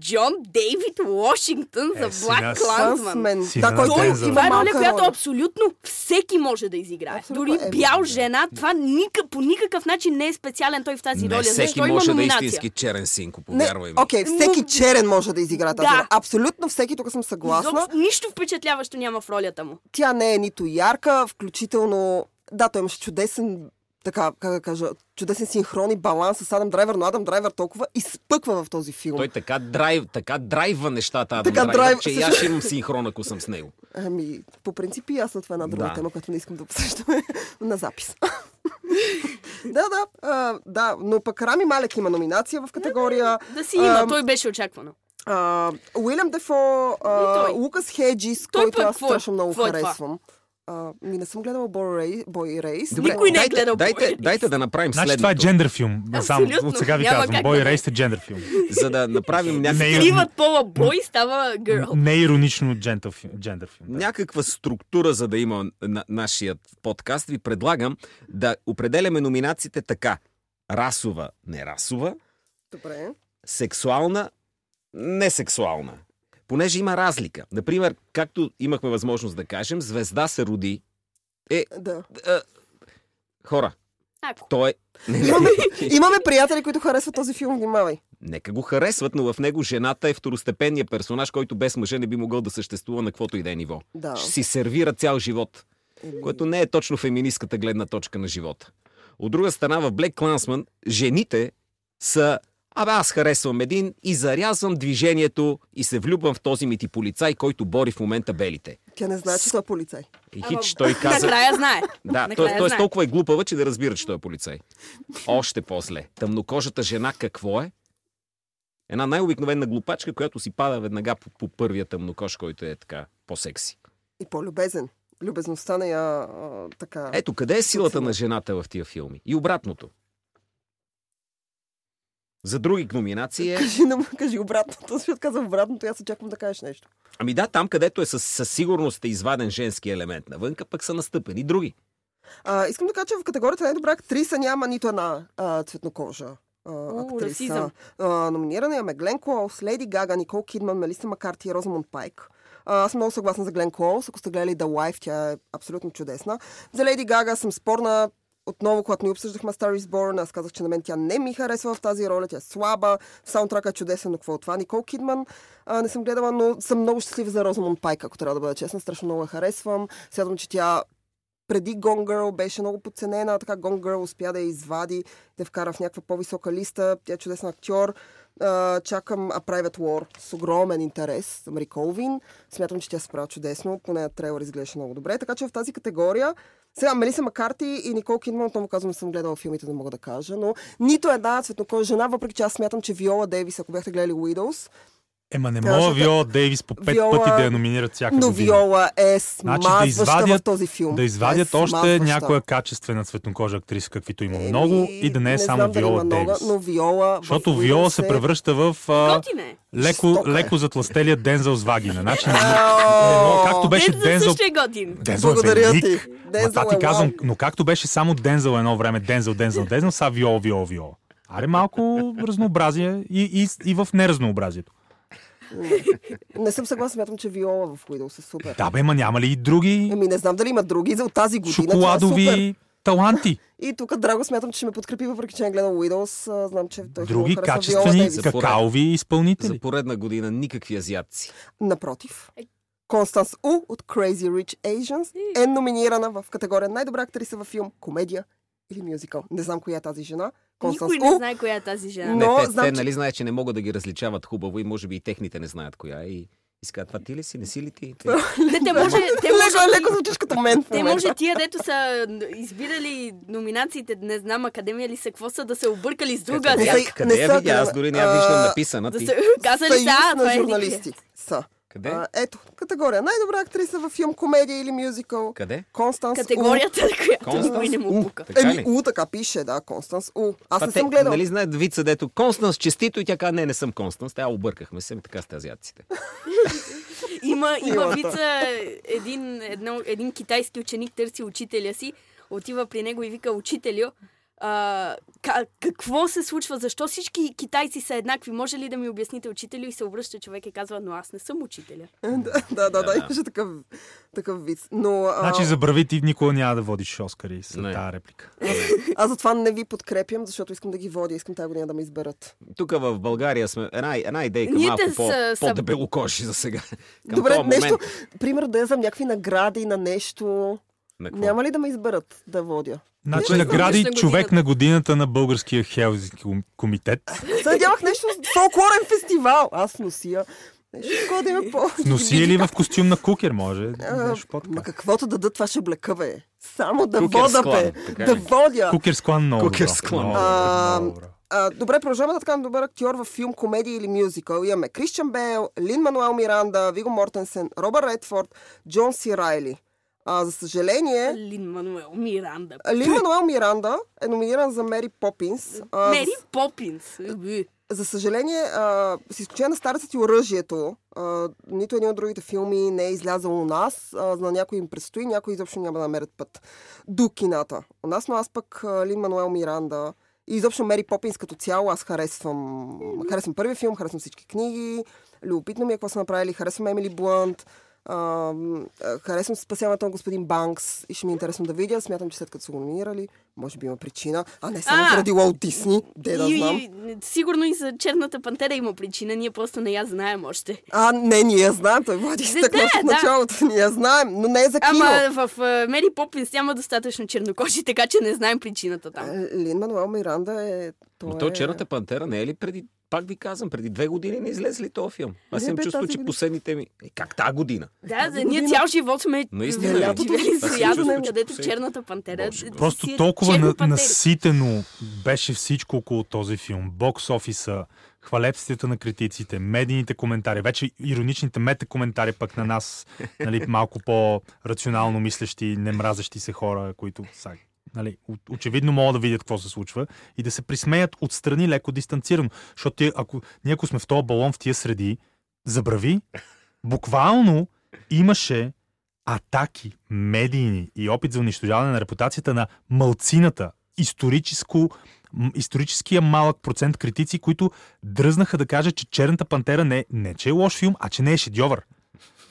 Speaker 4: Джон Дейвид Уошингтон
Speaker 3: Е,
Speaker 4: за
Speaker 3: си
Speaker 4: Black
Speaker 3: нас-
Speaker 4: Clansman.
Speaker 2: Клансмен.
Speaker 3: Сина
Speaker 2: Да,
Speaker 3: на
Speaker 2: който
Speaker 3: Дензел.
Speaker 2: има
Speaker 4: Това е роля,
Speaker 2: малка
Speaker 4: която
Speaker 2: роля.
Speaker 4: абсолютно всеки може да изиграе.
Speaker 2: Абсолютно.
Speaker 4: Дори
Speaker 2: Е,
Speaker 4: бял
Speaker 2: да.
Speaker 4: жена, това никак, по никакъв начин не е специален той в тази
Speaker 1: Не
Speaker 4: роля.
Speaker 1: всеки
Speaker 4: Защо
Speaker 1: може
Speaker 4: има
Speaker 1: да е
Speaker 4: номинация?
Speaker 1: истински черен синко,
Speaker 2: Не,
Speaker 1: повярвай ми.
Speaker 2: окей, всеки
Speaker 4: Но-
Speaker 2: черен може да изигра тази
Speaker 4: Да.
Speaker 2: роля. Абсолютно всеки, тук съм съгласна.
Speaker 4: Изобщо Нищо впечатляващо няма в ролята му.
Speaker 2: Тя не е нито ярка, включително... Да, той имаше чудесен така, как да кажа, чудесен синхрон и баланс с Адам Драйвер, но Адам Драйвер толкова изпъква в този филм.
Speaker 1: Той така, драйв, така драйва нещата, Адам
Speaker 2: Така
Speaker 1: Драйвер,
Speaker 2: драйв-
Speaker 1: че и аз ще имам синхрон, ако съм с него.
Speaker 2: Ами, по принцип и аз, но това е една друга
Speaker 1: Да.
Speaker 2: да. тема, която не искам да обсъждаме на запис. да, да, а, да, но пък Рами Малек има номинация в категория.
Speaker 4: Да си има,
Speaker 2: Ам.
Speaker 4: той беше очаквано.
Speaker 2: А, Уилям Дефо, а,
Speaker 4: И той.
Speaker 2: Лукас Хеджис,
Speaker 4: Той
Speaker 2: който
Speaker 4: пък
Speaker 2: аз
Speaker 4: какво е?
Speaker 2: страшно много
Speaker 4: Какво е това?
Speaker 2: харесвам. А, ми не съм гледала Бой Рейс.
Speaker 4: Добре. Никой не е
Speaker 1: дайте,
Speaker 4: гледал
Speaker 1: дайте,
Speaker 4: Boy Race.
Speaker 1: дайте да направим
Speaker 3: Значи това е
Speaker 1: следното,
Speaker 3: джендър филм. Само
Speaker 4: Абсолютно,
Speaker 3: от сега ви
Speaker 4: няма
Speaker 3: казвам.
Speaker 4: как
Speaker 3: Бой
Speaker 4: да не.
Speaker 3: Рейс е джендър филм.
Speaker 1: за да направим някакъв...
Speaker 3: Не, е-
Speaker 4: Сливат пола бой, става гърл.
Speaker 3: не е иронично джентър филм. Джендър филм да.
Speaker 1: някаква структура, за да има на нашият подкаст, ви предлагам да определяме номинациите така. Расова, нерасова,
Speaker 2: Добре.
Speaker 1: сексуална, несексуална. Понеже има разлика. Например, както имахме възможност да кажем, звезда се роди.
Speaker 2: Да.
Speaker 1: Е, хора,
Speaker 4: Ако.
Speaker 1: той е... Не, не,
Speaker 2: Имаме, имаме приятели, които харесват този филм, внимавай.
Speaker 1: Нека го харесват, но в него жената е второстепенния персонаж, който без мъже не би могъл да съществува на каквото и да е ниво.
Speaker 2: Да.
Speaker 1: Ще си сервира цял живот.
Speaker 2: Еми,
Speaker 1: което не е точно феминистката гледна точка на живота. От друга страна, в Black Clansman жените са Абе, аз харесвам един и зарязвам движението и се влюбвам в този мити полицай, който бори в момента белите.
Speaker 2: Тя не знае, че той е полицай.
Speaker 1: И
Speaker 4: Ама,
Speaker 1: хич той каза...
Speaker 4: Накрая знае.
Speaker 1: Да, той,
Speaker 4: накрая
Speaker 1: той е
Speaker 4: знае.
Speaker 1: толкова е глупава, че да разбира, че той е полицай. Още после. Тъмнокожата жена какво е? Една най-обикновена глупачка, която си пада веднага по, по първия тъмнокож, който е така по-секси.
Speaker 2: И по-любезен. Любезността не я а, така...
Speaker 1: Ето къде е силата на жената в тия филми. И обратното. За други номинации е...
Speaker 2: Кажи, нам- кажи обратното, защото каза обратното и аз очаквам да кажеш нещо.
Speaker 1: Ами да, там където е със, със сигурност е изваден женски елемент навънка, пък са настъпени други.
Speaker 2: А, искам да кажа, че в категорията най-добра актриса няма нито една а, цветнокожа. а,
Speaker 4: О,
Speaker 2: актриса.
Speaker 4: расизъм.
Speaker 2: А, номинирана е Глен Клоус, Леди Гага, Никол Кидман, Мелиса Макарти и Розамонд Пайк. А, аз съм много съгласна за Глен Клоус. Ако сте гледали The Wife, тя е абсолютно чудесна. За Леди Гага съм спорна отново, когато ни обсъждахме Star is Born, аз казах, че на мен тя не ми харесва в тази роля, тя е слаба, саундтрака е чудесен, но какво от това? Никол Кидман а, не съм гледала, но съм много щастлива за Розамон Пайк, ако трябва да бъда честна, страшно много я харесвам. Смятам, че тя преди Gone Girl беше много подценена, а така Gone Girl успя да я извади, да я вкара в някаква по-висока листа. Тя е чудесен актьор. А, чакам A Private War с огромен интерес. Мари Колвин. Смятам, че тя се прави чудесно. Поне на трейлър изглеждаше много добре. Така че в тази категория сега Мелиса Макарти и Никол Кидман, отново казвам, не съм гледала филмите, не мога да кажа, но нито една цветнокожа жена, въпреки че аз смятам, че Виола Дейвис, ако бяхте гледали Widows,
Speaker 3: Ема не
Speaker 2: Трябваше
Speaker 3: мога
Speaker 2: да-
Speaker 3: Виола Дейвис по пет
Speaker 2: Виола-
Speaker 3: пъти да я номинират всяка
Speaker 2: но
Speaker 3: година. Значи
Speaker 2: Виола е смазваща в
Speaker 3: извадят-
Speaker 2: този филм.
Speaker 3: Да
Speaker 2: Тя е
Speaker 3: извадят още
Speaker 2: смазваща.
Speaker 3: някоя качествена цветнокожа актриса, каквито има
Speaker 2: Еми,
Speaker 3: много и да не е само
Speaker 2: знам дали
Speaker 3: Виола
Speaker 2: има много,
Speaker 3: Дейвис.
Speaker 2: Но Виола в
Speaker 3: Защото
Speaker 2: Widows
Speaker 3: Виола се
Speaker 2: е-
Speaker 3: превръща в а,
Speaker 4: Готин е.
Speaker 3: леко,
Speaker 2: Жестока е.
Speaker 3: леко затластелия Дензел с вагина. Значи, не- не мога-
Speaker 2: Ао!
Speaker 3: както беше
Speaker 4: Дед за
Speaker 3: Дензел...
Speaker 4: също е готин.
Speaker 3: Дензел
Speaker 2: Благодаря
Speaker 3: е велик.
Speaker 2: ти.
Speaker 3: Ма,
Speaker 2: Дензел
Speaker 3: това ти
Speaker 2: е
Speaker 3: казвам,
Speaker 2: вау.
Speaker 3: но както беше само Дензел едно време, Дензел, Дензел, Дензел, са Виола, Виола, Виола. Аре малко разнообразие и, и, и в неразнообразието.
Speaker 2: Не съм съгласна, смятам, че Виола в Уидъл са супер.
Speaker 3: Да, бе, ма няма ли и други
Speaker 2: Еми, не знам дали има други за от тази година. тя е супер.
Speaker 3: шоколадови таланти?
Speaker 2: И тук Драго смятам, че ще ме подкрепи, въпреки че не е гледал Уидълс. А, Знам, че той е ще му
Speaker 3: Други
Speaker 2: хареса Виола
Speaker 3: качествени
Speaker 2: Дейвис.
Speaker 1: Запоред.
Speaker 3: какаови
Speaker 1: За
Speaker 2: Нали?
Speaker 3: изпълнители.
Speaker 1: поредна година никакви азиатци.
Speaker 2: Напротив. Констанс У от Crazy Rich Asians е номинирана в категория най-добра актриса във филм, комедия или мюзикъл. Не знам коя е тази жена. Констанс
Speaker 4: Никой не
Speaker 2: У.
Speaker 4: знае коя е тази жена.
Speaker 2: Но значи-
Speaker 1: не, те,
Speaker 2: знам,
Speaker 1: те
Speaker 2: че-
Speaker 1: нали знаят, че не могат да ги различават хубаво и може би и техните не знаят коя е. И искат, това ти ли си, не си ли ти? Те-
Speaker 4: Не, те може, те
Speaker 2: Леко,
Speaker 4: може,
Speaker 2: е леко звучиш като мен. в
Speaker 4: те
Speaker 2: момента.
Speaker 4: може тия, дето са избирали номинациите, не знам, академия ли са, какво са, да се объркали с
Speaker 1: Ето,
Speaker 4: друга
Speaker 2: азиатка.
Speaker 1: къде-
Speaker 4: азиатка.
Speaker 1: Къде я
Speaker 2: Не са,
Speaker 1: видя? Аз дори не я
Speaker 2: а,
Speaker 1: виждам написана.
Speaker 4: Да
Speaker 1: Ти.
Speaker 4: се казали
Speaker 2: Съюз
Speaker 4: са, а, това
Speaker 2: на
Speaker 4: е еди къде.
Speaker 2: журналисти. Са.
Speaker 1: Къде?
Speaker 2: А, ето, категория. Най-добра актриса във филм, комедия или мюзикъл.
Speaker 1: Къде?
Speaker 2: Констанс У.
Speaker 4: Категорията, която
Speaker 1: Констанс
Speaker 4: той не му
Speaker 1: У.
Speaker 4: пука.
Speaker 1: Така
Speaker 2: Еми,
Speaker 1: ли?
Speaker 2: У, така пише, да, Констанс У. Аз
Speaker 1: Па
Speaker 2: не
Speaker 1: те,
Speaker 2: съм гледал.
Speaker 1: Нали знаят вица, дето Констанс честито и тя каза, не, не съм Констанс. Тя объркахме се, Ами така сте азиатците.
Speaker 4: Има, има
Speaker 2: Милата.
Speaker 4: вица, един, едно, един китайски ученик търси учителя си, отива при него и вика учителю, а, ка, какво се случва, защо всички китайци са еднакви, може ли да ми обясните учителю и се обръща човек и казва, но аз не съм учителя.
Speaker 2: да, да, да,
Speaker 1: Да.
Speaker 2: да, имаше такъв, такъв вид. Но а,
Speaker 3: Значи забрави ти никога няма да водиш Оскари с
Speaker 1: Не.
Speaker 3: тази реплика.
Speaker 2: аз затова не ви подкрепям, защото искам да ги водя, искам тази година да ме изберат.
Speaker 1: Тук в България сме една, една идейка
Speaker 4: Ние
Speaker 1: малко
Speaker 4: те
Speaker 1: по,
Speaker 4: са- са-
Speaker 1: по-дебелокожи за сега. Към
Speaker 2: Добре,
Speaker 1: този
Speaker 2: нещо,
Speaker 1: момент.
Speaker 2: пример да е за някакви награди на нещо.
Speaker 1: На какво?
Speaker 2: Няма ли да ме изберат да водя?
Speaker 3: Значи
Speaker 4: Кой
Speaker 3: награди
Speaker 4: ще го
Speaker 3: човек
Speaker 4: годината?
Speaker 3: на годината на Българския хелзинки ком- комитет.
Speaker 2: Съдявах нещо с фолклорен фестивал. Аз нося. Нещо такова да има по...
Speaker 3: Но си или в костюм на кукер, може.
Speaker 2: А,
Speaker 3: Нещо
Speaker 2: Ма
Speaker 3: по-така.
Speaker 2: каквото дадат, това ще облека, бе. Само да
Speaker 1: Кукер
Speaker 2: вода,
Speaker 1: склон,
Speaker 2: бе.
Speaker 1: така ли?
Speaker 2: Да водя.
Speaker 3: Кукер склан много.
Speaker 1: Кукер
Speaker 3: добро,
Speaker 1: склан.
Speaker 3: много
Speaker 2: А,
Speaker 3: добро, много добро.
Speaker 2: А, добре, продължаваме да така добър актьор в филм, комедия или мюзикъл. Имаме Кришчан Бейл, Лин Мануел Миранда, Виго Мортенсен, Робър Редфорд, Джон Си Райли. А, за съжаление,
Speaker 4: Лин Мануел Миранда.
Speaker 2: Лин Мануел Миранда е номиниран за Мери Попинс. А,
Speaker 4: Мери Попинс.
Speaker 2: За съжаление, а, с изключение на Старецът и оръжието, а, нито един от другите филми не е излязъл у нас. А, на някой им предстои, някой изобщо няма да намерят път до кината. У нас, но аз пък а, Лин Мануел Миранда и изобщо Мери Попинс като цяло, аз харесвам. Харесвам първия филм, харесвам всички книги, любопитно ми е какво са направили, харесвам Емили Блант, а, м, а, харесвам спасяването на господин Банкс и ще ми е интересно да видя. Смятам, че след като са го номинирали, може би има причина, а не само
Speaker 4: А!
Speaker 2: заради Уолт Дисни, де да
Speaker 4: и,
Speaker 2: знам.
Speaker 4: и, сигурно и за Черната пантера има причина, ние просто не я знаем още.
Speaker 2: А, не, ние я знаем. Той води
Speaker 4: Де,
Speaker 2: изтъкна
Speaker 4: Е, да,
Speaker 2: в
Speaker 4: да.
Speaker 2: началото. Ние я знаем, но не е за кино.
Speaker 4: Ама в а, Мери Попинс няма достатъчно чернокожи, така че не знаем причината там.
Speaker 2: Е, Лин Мануел Миранда е... Той
Speaker 1: Но то
Speaker 2: е...
Speaker 1: Черната пантера не е ли преди, пак ви казвам, преди две години не излезе ли този филм? Аз
Speaker 2: Не,
Speaker 1: имам
Speaker 2: Е, бе,
Speaker 1: чувство,
Speaker 2: тази
Speaker 1: че
Speaker 2: година.
Speaker 1: последните ми... Е, как тази година?
Speaker 4: Да, за
Speaker 2: Тази
Speaker 4: ние
Speaker 2: година-
Speaker 4: цял живот сме
Speaker 1: Наистина,
Speaker 4: живели
Speaker 2: лятото
Speaker 4: живели
Speaker 2: това
Speaker 4: с
Speaker 2: се
Speaker 4: ядене,
Speaker 2: случва
Speaker 4: където
Speaker 1: всеки-
Speaker 4: черната пантера.
Speaker 1: Боже,
Speaker 4: е-
Speaker 1: Боже.
Speaker 3: Просто
Speaker 4: си е
Speaker 3: толкова
Speaker 4: черни
Speaker 3: на,
Speaker 4: пантери.
Speaker 3: наситено беше всичко около този филм. Бокс офиса, хвалепствията на критиците, медийните коментари, вече ироничните метакоментари пък на нас, нали, малко по-рационално мислещи, не мразещи се хора, които са, нали, о- очевидно могат да видят какво се случва и да се присмеят отстрани леко дистанцирано. Защото ти, ако, ние ако сме в този балон, в тия среди, забрави, буквално имаше атаки, медийни и опит за унищожаване на репутацията на мълцината, историческо, м, историческия малък процент критици, които дръзнаха да кажат, че Черната пантера не, не че е лош филм, а че не е шедьовър.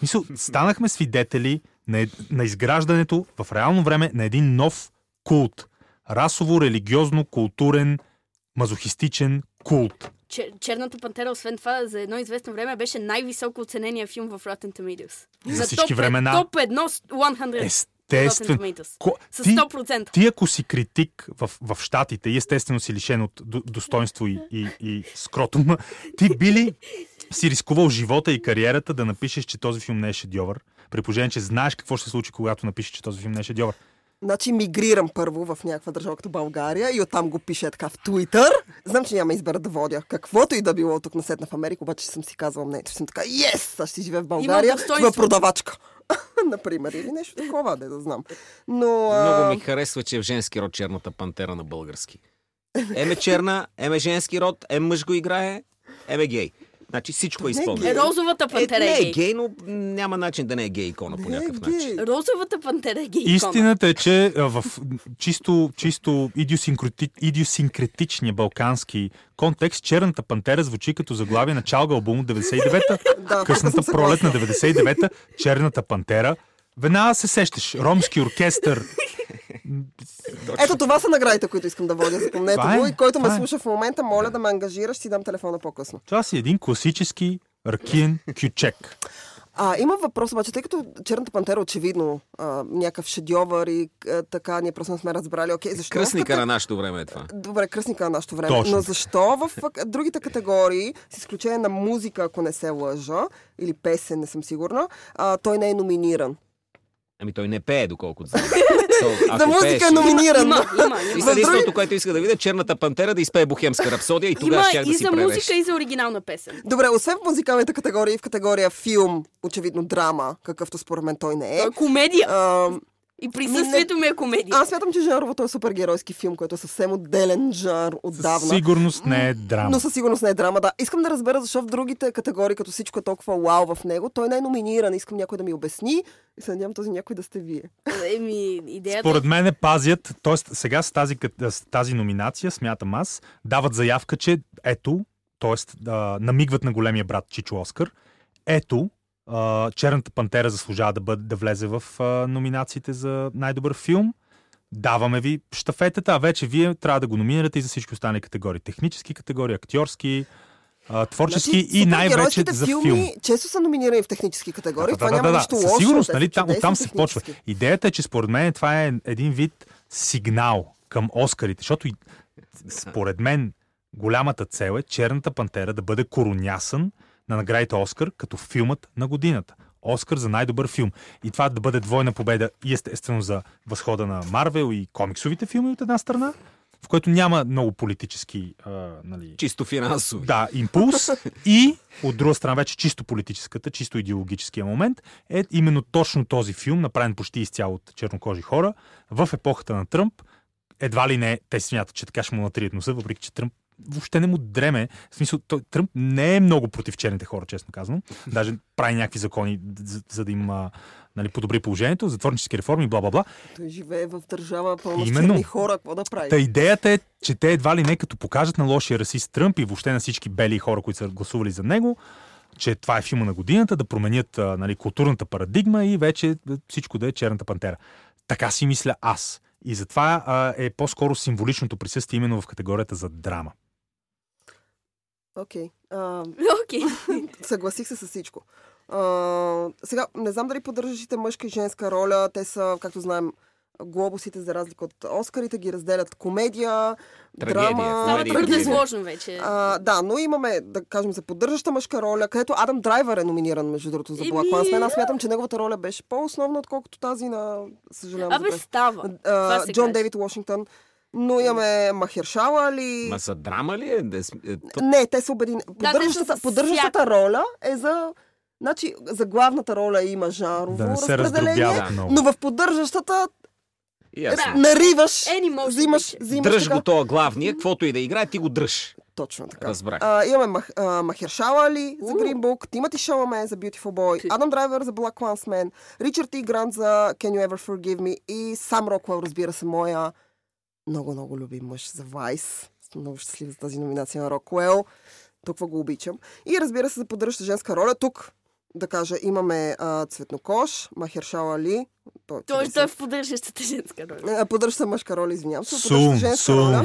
Speaker 3: Мисъл, станахме свидетели на, ед- на изграждането в реално време на един нов култ. Расово, религиозно, културен, мазохистичен култ.
Speaker 4: Чер, черната пантера, освен това, за едно известно време беше най-високо оценения филм в Rotten Tomatoes.
Speaker 3: За
Speaker 4: На
Speaker 3: всички
Speaker 4: топ,
Speaker 3: времена.
Speaker 4: Топ 1 с 100 Rotten
Speaker 3: Естествено.
Speaker 4: Tomatoes.
Speaker 3: Ко-
Speaker 4: С
Speaker 3: ти-
Speaker 4: 100%.
Speaker 3: ти ако си критик в, в щатите и естествено си лишен от до- достоинство и, и, и скротум, ти би ли си рискувал живота и кариерата да напишеш, че този филм не е шедьовър? При положение, че знаеш какво ще се случи, когато напишеш, че този филм не е шедьовър.
Speaker 2: Значи мигрирам първо в някаква държава като България и оттам го пише така в Твитър. Знам, че няма избера да водя. Каквото и да било тук насетна в Америка, обаче съм си казвала мнението. Съм така, ес, аз ще живея в България,
Speaker 4: достоинство.
Speaker 2: в продавачка. Например, или нещо такова, не да знам. Но... а,
Speaker 1: Много ми харесва, че е в женски род черната пантера на е български. Еме черна, еме женски род, ем мъж го играе, еме гей. Значи всичко е
Speaker 2: не е
Speaker 1: изпълнено.
Speaker 2: гей.
Speaker 4: Розовата
Speaker 1: Е,
Speaker 4: пантера
Speaker 1: не
Speaker 4: е
Speaker 1: е
Speaker 4: гей.
Speaker 1: гей, но няма начин да не е гей икона по
Speaker 2: Не е
Speaker 1: някакъв
Speaker 2: гей.
Speaker 1: начин.
Speaker 4: Розовата пантера е гей. икона.
Speaker 3: Истината е, че а, в чисто, чисто идиосинкрети- идиосинкретичния балкански контекст Черната пантера звучи като заглавие на чалга албум от 99-та.
Speaker 2: Да,
Speaker 3: Късната
Speaker 2: съм съгласна.
Speaker 3: пролет на 99-та, Черната пантера. Веднага се сещаш. Ромски оркестър.
Speaker 2: Ето това са наградите, които искам да водя. Запомнете
Speaker 3: Това е,
Speaker 2: го. И който ме
Speaker 3: това е.
Speaker 2: слуша в момента, моля да ме ангажираш, ти дам телефона по-късно.
Speaker 3: Това си един класически ракиен кючек.
Speaker 2: А, има въпрос обаче, тъй като Черната пантера очевидно а, някакъв шедьовър и а, така, ние просто не сме разбрали. Окей, защо? в
Speaker 1: Кръстника на нашето време е това.
Speaker 2: Добре, кръстника на нашето време.
Speaker 3: Точно.
Speaker 2: Но защо в а, другите категории, с изключение на музика, ако не се лъжа, или песен, не съм сигурна, а, той не е номиниран?
Speaker 1: Ами той не пее, доколкото знам.
Speaker 2: За музика е номиниран.
Speaker 4: Има, има, има.
Speaker 1: И
Speaker 2: За
Speaker 1: единственото,
Speaker 2: други-
Speaker 1: което иска да видя, черната пантера да изпее бухемска рапсодия и тогава
Speaker 4: Има
Speaker 1: щях да
Speaker 4: и
Speaker 1: си
Speaker 4: за
Speaker 1: превеш.
Speaker 4: музика, и за оригинална песен.
Speaker 2: Добре, освен в музикалните категории, в категория филм, очевидно драма, какъвто според мен той не е.
Speaker 4: Той е комедия.
Speaker 2: А,
Speaker 4: И присъствието ми е комедия.
Speaker 2: аз смятам, че жанровото е супергеройски филм, който е съвсем отделен жанр
Speaker 3: Със
Speaker 2: отдавна.
Speaker 3: сигурност не е драма.
Speaker 2: Но със сигурност не е драма, да. Искам да разбера защо в другите категории, като всичко е толкова вау в него, той не е номиниран. Искам някой да ми обясни и се надявам този някой да сте вие.
Speaker 4: Еми, идеята
Speaker 3: Според мен е пазят, т.е. сега с тази, кат- с тази номинация, смятам аз, дават заявка, че ето, т.е. да, намигват на големия брат Чичо Оскар, ето, а, Черната пантера заслужава да, бъде, да влезе в а, номинациите за най-добър филм. Даваме ви штафетата, а вече вие трябва да го номинирате и за всички останали категории. Технически категории, актьорски, а, творчески и най-вече
Speaker 2: Значи, супергеройските
Speaker 3: за
Speaker 2: филми
Speaker 3: филм.
Speaker 2: често са номинирани в технически категории.
Speaker 3: Да,
Speaker 2: Това
Speaker 3: да, да,
Speaker 2: няма
Speaker 3: да,
Speaker 2: нищо
Speaker 3: да.
Speaker 2: лошо.
Speaker 3: Със сигурност,
Speaker 2: те са
Speaker 3: нали, там,
Speaker 2: чудесни
Speaker 3: оттам се
Speaker 2: технически.
Speaker 3: почва. Идеята е, че според мен това е един вид сигнал към Оскарите, защото и- според мен голямата цел е Черната пантера да бъде коронясан на наградите Оскар като филмът на годината. Оскар за най-добър филм. И това да бъде двойна победа и естествено за възхода на Марвел и комиксовите филми от една страна, в което няма много политически а, нали,
Speaker 1: Чисто финансови.
Speaker 3: да, импулс и от друга страна вече чисто политическата, чисто идеологическия момент е именно точно този филм, направен почти изцяло от чернокожи хора в епохата на Тръмп. Едва ли не те смятат, че така ще му натрият носа, въпреки че Тръмп въобще не му дреме. В смисъл, той, Тръмп не е много против черните хора, честно казано. Даже прави някакви закони, за, за да им а, нали, подобри положението, затворнически реформи, бла-бла-бла.
Speaker 2: Той живее в държава пълна с
Speaker 3: Именно.
Speaker 2: черни хора. Какво да прави?
Speaker 3: Та идеята е, че те едва ли не като покажат на лошия расист Тръмп и въобще на всички бели хора, които са гласували за него, че това е филма на годината, да променят а, нали, културната парадигма и вече всичко да е черната пантера. Така си мисля аз. И затова а, е по-скоро символичното присъствие именно в категорията за драма.
Speaker 2: Окей. А,
Speaker 4: Окей.
Speaker 2: Съгласих се с всичко. А, сега, не знам дали поддържате мъжка и женска роля. Те са, както знаем, глобусите, за разлика от Оскарите, ги разделят комедия,
Speaker 1: Трагедия,
Speaker 2: драма.
Speaker 4: Става
Speaker 1: комедия,
Speaker 4: твърде
Speaker 1: трагедия.
Speaker 4: сложно вече.
Speaker 2: А, да, но имаме, да кажем, за поддържаща мъжка роля, където Адам Драйвер е номиниран, между другото, за
Speaker 4: Еми,
Speaker 2: Black Clansman.
Speaker 4: да.
Speaker 2: Аз смятам, че неговата роля беше по-основна, отколкото тази на... Съжалявам за
Speaker 4: Абе,
Speaker 2: прес-
Speaker 4: става. е.
Speaker 2: а,
Speaker 4: се
Speaker 2: Джон
Speaker 4: каже.
Speaker 2: Дейвид Вашингтон. Но имаме Махершала ли...
Speaker 1: Ма са драма ли е? Да с- е, то-
Speaker 2: Не, те са обединени.
Speaker 4: те са
Speaker 2: Поддържащата,
Speaker 4: с
Speaker 2: поддържащата роля е за... Значи, за главната роля има жанрово
Speaker 3: Да не се
Speaker 2: разпределение,
Speaker 3: раздробяват много.
Speaker 2: но в поддържащата
Speaker 1: Ясно.
Speaker 2: нариваш,
Speaker 4: Е, не може да
Speaker 2: взимаш,
Speaker 4: пише.
Speaker 2: взимаш
Speaker 1: Дръж
Speaker 2: така.
Speaker 1: го това главния, каквото и да играе, ти го дръж.
Speaker 2: Точно така.
Speaker 1: Разбрах.
Speaker 2: А, имаме Мах, а, Махершала Али за
Speaker 4: У.
Speaker 2: Green Book, Тимати Шаламе за Beautiful Boy,
Speaker 4: Ти.
Speaker 2: Адам Драйвер за Black Clansman, Ричард И. Грант за Can You Ever Forgive Me и Сам Роквел, разбира се, моя много-много любим мъж за Vice. Съм много щастлива за тази номинация на Роквел. Толкова го обичам. И разбира се, за поддържаща женска роля, тук да кажа, имаме а, Цветнокош, Махершала Али. Той,
Speaker 4: Той той е в поддържащата женска роля.
Speaker 2: а, поддържа мъжка роля, извинявам се.
Speaker 3: Сум,
Speaker 2: Поддържа женска
Speaker 3: сум.
Speaker 2: роля.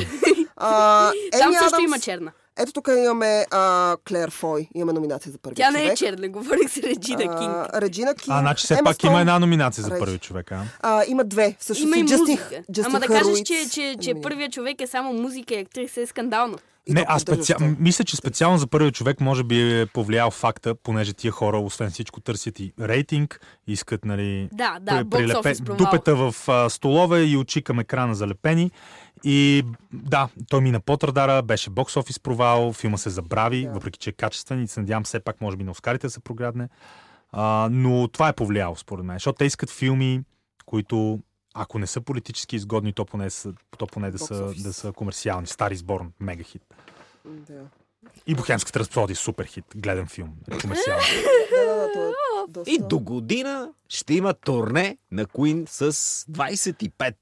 Speaker 2: А,
Speaker 4: Там
Speaker 2: Еми
Speaker 4: също
Speaker 2: Адамс.
Speaker 4: има черна.
Speaker 2: Ето тук имаме а, Клер Фой. Имаме номинация за първи
Speaker 4: Тя
Speaker 2: човек.
Speaker 4: не е черна, говорих с Реджина Кинг.
Speaker 2: А, Реджина Кинг.
Speaker 3: А, значи все
Speaker 2: Ема
Speaker 3: пак
Speaker 2: Стоун.
Speaker 3: има една номинация за
Speaker 2: Реч.
Speaker 3: първи човек. А?
Speaker 2: А, има две. Всъщност
Speaker 4: Има и
Speaker 2: Джастин-
Speaker 4: музика.
Speaker 2: Джастин
Speaker 4: Ама да кажеш,
Speaker 2: Хъруиц
Speaker 4: че, че,
Speaker 2: е
Speaker 4: че
Speaker 2: номиниран.
Speaker 4: първият човек е само музика и актриса е скандално.
Speaker 2: И
Speaker 3: Не,
Speaker 2: то
Speaker 3: аз
Speaker 2: поддържа
Speaker 3: специа...
Speaker 2: това.
Speaker 3: мисля, че специално за първия човек може би е повлиял факта, понеже тия хора, освен всичко, търсят и рейтинг, искат, нали,
Speaker 4: Да, да,
Speaker 3: при-
Speaker 4: бокс офис провал.
Speaker 3: дупета в а, столове и очи към екрана залепени. И да, той мина под радара, беше бокс офис провал, филма се забрави,
Speaker 2: Да.
Speaker 3: въпреки че е качествен и се надявам все пак може би на Оскарите да се проградне. А, но това е повлияло според мен, защото те искат филми, които ако не са политически изгодни, то поне, са, то поне да,
Speaker 2: Бокс
Speaker 3: са,
Speaker 2: офис.
Speaker 3: да са комерциални. Стари сбор, мегахит.
Speaker 2: Да.
Speaker 3: И Бухемската рапсодия, е супер хит, гледан филм, комерциален.
Speaker 2: Да, да, да, това е доста.
Speaker 1: И до година ще има турне на Queen с 25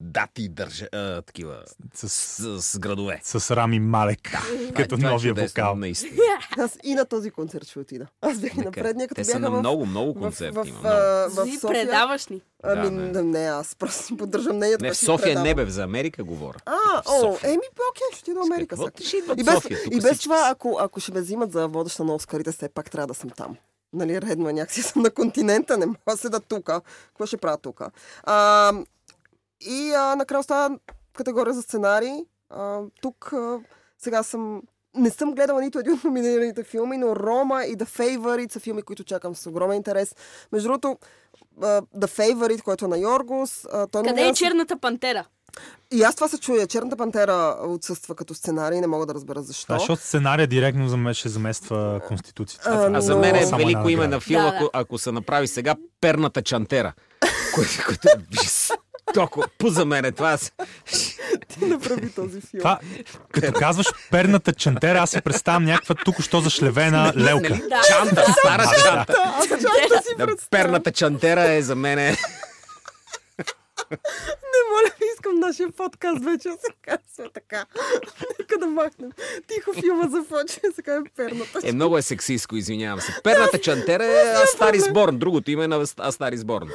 Speaker 1: дати държа, а, такива
Speaker 3: С,
Speaker 1: с, с градове.
Speaker 3: с Рами Малек, като
Speaker 1: Това е
Speaker 3: новия
Speaker 1: чудесно,
Speaker 3: вокал.
Speaker 1: Наистина.
Speaker 2: Аз и на този концерт ще отида. Аз бях и на
Speaker 1: Нека.
Speaker 2: предния, като
Speaker 1: е. Те са
Speaker 2: бяха
Speaker 1: на
Speaker 2: в...
Speaker 1: много, много
Speaker 2: в-
Speaker 1: концерти.
Speaker 2: в,
Speaker 1: има, много.
Speaker 2: а, в,
Speaker 4: Ти
Speaker 2: София.
Speaker 4: предаваш ли?
Speaker 2: Ами,
Speaker 1: Да,
Speaker 2: да, не, аз просто си поддържам мнението.
Speaker 1: Не, в
Speaker 2: си
Speaker 1: София
Speaker 2: предавам.
Speaker 1: не бе, в- за Америка говоря.
Speaker 2: А,
Speaker 1: В
Speaker 2: о,
Speaker 1: София.
Speaker 2: еми, бе, окей, ще отида в Америка.
Speaker 1: Какво
Speaker 2: сега.
Speaker 1: ти ще идва
Speaker 2: И
Speaker 1: в
Speaker 2: без,
Speaker 1: София? Тук
Speaker 2: и без
Speaker 1: всички
Speaker 2: това,
Speaker 1: са.
Speaker 2: ако, ако ще ме взимат за водеща на Оскарите, все пак трябва да съм там. Нали, редно е, някакси съм на континента, не мога да седа тука. Какво ще правя тука? А, и а, накрая остава категория за сценарий. А, тук а, сега съм... Не съм гледала нито един от номинираните филми, но Рома и The Favorite са филми, които чакам с огромен интерес. Между другото, а, The Favorite, който е на Йоргос, а, той
Speaker 4: Къде
Speaker 2: номиниран
Speaker 4: е
Speaker 2: с-
Speaker 4: черната пантера?
Speaker 2: И аз това се чуя. Черната пантера отсъства като сценарий, не мога да разбера защо.
Speaker 3: Да, защото сценария директно за мен ще замества Конституцията.
Speaker 2: А,
Speaker 1: А за
Speaker 2: Но-
Speaker 1: мен е
Speaker 3: Само
Speaker 1: велико
Speaker 3: една
Speaker 1: име на
Speaker 3: награда.
Speaker 1: филм,
Speaker 4: Да,
Speaker 1: ако,
Speaker 4: да.
Speaker 1: ако се направи сега перната чантера. Което, което е жестоко. Пу за мен е това. аз-
Speaker 2: направи този филм.
Speaker 3: Това, като казваш перната чантера, аз си представям някаква тук-що зашлевена лелка.
Speaker 1: Нали?
Speaker 4: Да.
Speaker 1: Чанта, стара чанта.
Speaker 2: Аз чак да си
Speaker 1: Да,
Speaker 2: представя.
Speaker 1: перната чантера е за мен е...
Speaker 2: Не, моля, ви, искам нашия подкаст вече да се казва така. Нека да махнем. Тихо филма започва и сега е перната.
Speaker 1: Е, много е сексистко, извинявам се. Перната чантера е Астари Сборн. Другото име е на Аст- Астари Сборн.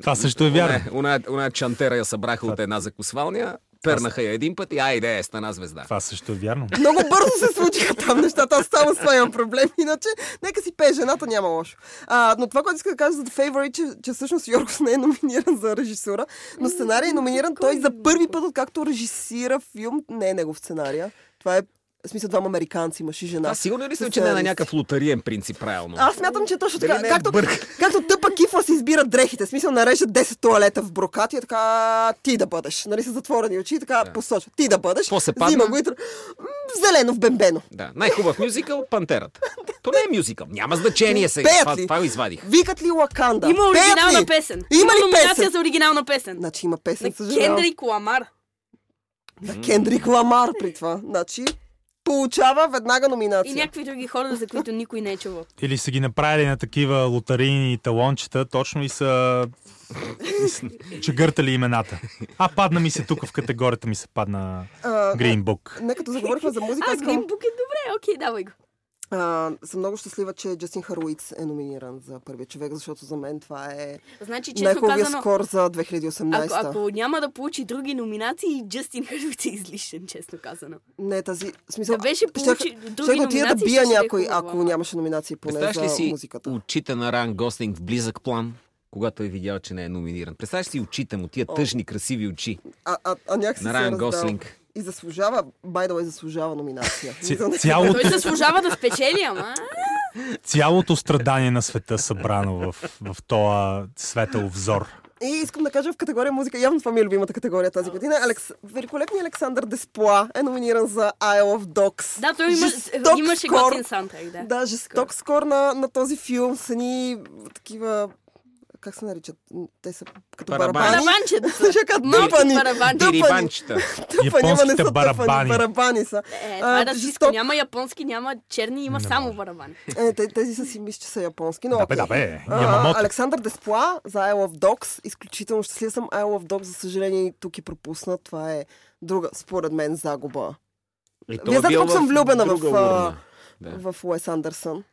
Speaker 3: Това също е вярно.
Speaker 1: Уна- Уна, уна чантера я събраха от една закусвалня, пернаха я един път и айде, е, стана звезда.
Speaker 3: Това също е вярно.
Speaker 2: Много бързо се случиха там нещата. Аз само с това имам проблем. Иначе, нека си пее жената, няма лошо. А, но това, което иска да кажа за The Favorite, че, че всъщност Йоргос не е номиниран за режисура, но сценарий е номиниран той за първи път, откакто режисира филм. Не е негов сценария. Това е в смисъл, двама американци, мъж и жена.
Speaker 1: Аз сигурно ли съм, че не е на
Speaker 2: Сценаристи.
Speaker 1: някакъв лотариен принцип, правилно?
Speaker 2: Аз смятам, че точно
Speaker 1: Дали
Speaker 2: така.
Speaker 1: не е
Speaker 2: Както,
Speaker 1: бърка?
Speaker 2: както тъпа кифла си избира дрехите. В Смисъл, нарежда 10 туалета в брокат и е така ти да бъдеш. Нали, с затворени очи и така да. посочва. Ти да бъдеш.
Speaker 1: Какво се
Speaker 2: Взима
Speaker 1: падна?
Speaker 2: го и... тр- М, Зелено в бембено.
Speaker 1: Да, най-хубав мюзикъл – Пантерата. То не е мюзикъл, няма значение сега.
Speaker 2: Пеят
Speaker 1: Това,
Speaker 2: ли?
Speaker 1: това го извадих.
Speaker 2: Викат ли Лаканда?
Speaker 4: Има оригинална песен.
Speaker 2: Има ли
Speaker 4: номинация
Speaker 2: песен?
Speaker 4: за оригинална песен?
Speaker 2: Значи има песен,
Speaker 4: На
Speaker 2: съжалявам.
Speaker 4: Кендрик Ламар.
Speaker 2: На Кендрик Ламар при това. Значи получава веднага
Speaker 4: И
Speaker 2: номинация.
Speaker 4: някакви други хора, за които никой не е чувал.
Speaker 3: Или са ги направили на такива лотарийни талончета, точно и са и са чегъртали имената. А, падна ми се тук в категорията ми се падна
Speaker 2: А,
Speaker 3: Green Book.
Speaker 2: Не като заговорихме за музика,
Speaker 4: А,
Speaker 2: искам...
Speaker 4: Грин Бук е добре, окей, давай го.
Speaker 2: А, съм много щастлива, че Джастин Харуиц е номиниран за първия човек, защото за мен това е
Speaker 4: Значи, честно
Speaker 2: най-хубавия
Speaker 4: казано,
Speaker 2: скор за
Speaker 4: ако,
Speaker 2: 2018.
Speaker 4: ако няма да получи други номинации, Джастин Хървиц е излишен, честно казано.
Speaker 2: Не, тази... в Смисъл,
Speaker 4: Да беше
Speaker 2: щях-
Speaker 4: получи
Speaker 2: щях
Speaker 4: други
Speaker 2: да отида да
Speaker 4: номинации,
Speaker 2: бия
Speaker 4: щеше да е
Speaker 2: някой,
Speaker 4: хубаво,
Speaker 2: ако
Speaker 4: ама.
Speaker 2: нямаше номинации поне
Speaker 1: Представяш ли
Speaker 2: за
Speaker 1: си
Speaker 2: музиката.
Speaker 1: очите на Ран Гослинг в близък план, когато е видял, че не е номиниран? Представяш си очите му, тия тъжни, красиви очи
Speaker 2: А, а, а някакси
Speaker 1: на
Speaker 2: се
Speaker 1: Райан
Speaker 2: раздава.
Speaker 1: Гослинг?
Speaker 2: И заслужава, by the way, заслужава номинация. Мисля, не-
Speaker 3: Цялото,
Speaker 4: Той заслужава да спечели, ама.
Speaker 3: цялото страдание на света е събрано в, в този светъл взор.
Speaker 2: И искам да кажа в категория музика, явно това ми е любимата категория тази година. Алекс... Великолепният Александър Деспла е номиниран за Isle of Dogs.
Speaker 4: Да, той има,
Speaker 2: Жесток
Speaker 4: имаше
Speaker 2: скор.
Speaker 4: готин саундтрек, да.
Speaker 2: Да, жесток скор на, на този филм с едни такива... Как се наричат? Те са като
Speaker 1: Барабани.
Speaker 2: барабани.
Speaker 4: Барабанче.
Speaker 2: Ще кажа, дъпани.
Speaker 4: барабани.
Speaker 2: Дъпани.
Speaker 1: Дирибанчета.
Speaker 2: Тъпани, ама не
Speaker 3: Японските
Speaker 2: са тъпани.
Speaker 3: барабани.
Speaker 2: Барабани са.
Speaker 4: Е,
Speaker 2: А,
Speaker 4: това е расистско.
Speaker 2: жесток.
Speaker 4: Няма японски, няма черни, има само барабани.
Speaker 2: Е, те- тези са си мисля, че са японски, но
Speaker 3: Да бе,
Speaker 2: окей.
Speaker 3: да бе,
Speaker 2: А,
Speaker 3: Ямамото.
Speaker 2: Александър Деспла за I Love Dogs. Изключително щастлив съм. I Love Dogs, за съжаление, тук е пропусна. Това е друга, според мен, загуба
Speaker 1: И
Speaker 2: Вие знаете колко съм влюбена в,
Speaker 1: друга
Speaker 2: а,
Speaker 1: урна. Да.
Speaker 2: в Уес Андерсън.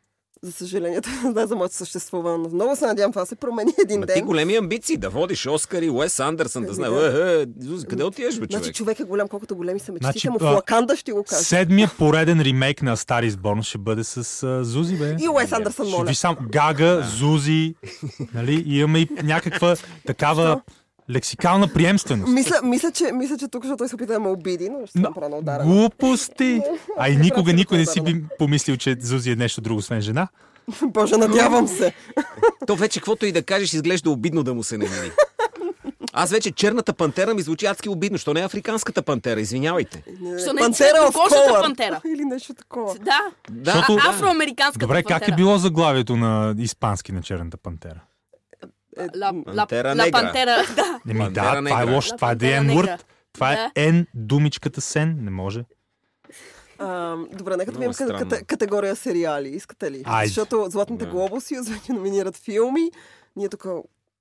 Speaker 2: За съжаление, той не знае за моето съществуване. но Много се надявам това да се промени един
Speaker 1: Ма ти
Speaker 2: ден.
Speaker 1: големи амбиции да водиш Оскари, Уес Андерсън, да знае.
Speaker 2: Ами
Speaker 1: Е, е, Зузи, Къде отиваш, бе,
Speaker 2: Значи
Speaker 1: човек?
Speaker 2: човек е голям, колкото големи са мечтите
Speaker 3: Значи,
Speaker 2: му. В
Speaker 3: а,
Speaker 2: Лаканда ще го кажа.
Speaker 3: Седмия пореден ремейк на Стари сборно ще бъде с а, Зузи, бе.
Speaker 2: И Уес Андерсън,
Speaker 3: Ще
Speaker 2: моля.
Speaker 3: ви сам Гага, Зузи, нали? И имаме и някаква такава лексикална приемственост.
Speaker 2: Мисля, мисля, че, мисля, че тук, защото той се опита да ме обиди, но ще
Speaker 3: Но-
Speaker 2: съм прана ударена.
Speaker 3: Глупости! А и никога
Speaker 2: Абсолютно
Speaker 3: никой не си
Speaker 2: ударена.
Speaker 3: би помислил, че Зузи е нещо друго, освен жена.
Speaker 2: Боже, надявам се.
Speaker 1: То вече каквото и да кажеш, изглежда обидно да му се намери. Аз вече черната пантера ми звучи адски обидно. Що не е африканската пантера? Извинявайте.
Speaker 4: Що не е
Speaker 2: Пантера в
Speaker 4: цветнокожата
Speaker 2: колър.
Speaker 4: пантера.
Speaker 2: Или нещо такова.
Speaker 4: Да.
Speaker 1: Да,
Speaker 3: Защото-
Speaker 1: да.
Speaker 4: А, афроамериканската
Speaker 3: Добре,
Speaker 4: пантера.
Speaker 3: как е било заглавието на испански на Черната пантера?
Speaker 4: Ла, ла,
Speaker 1: Пантера
Speaker 4: ла
Speaker 1: негра.
Speaker 4: пантера, да.
Speaker 3: Еми
Speaker 1: Пантера
Speaker 3: да, това е
Speaker 1: негра.
Speaker 3: лошо,
Speaker 4: Ла
Speaker 3: това е
Speaker 4: пантера
Speaker 3: DN word.
Speaker 4: негра.
Speaker 3: Това е
Speaker 4: Да.
Speaker 3: N, думичката сен, не може.
Speaker 2: А, добре, нека
Speaker 1: Много
Speaker 2: да видим
Speaker 1: странно.
Speaker 2: ката- категория сериали. Искате ли?
Speaker 3: Айде.
Speaker 2: Защото Златните
Speaker 1: Да.
Speaker 2: глобуси озвани номинират филми. Ние тук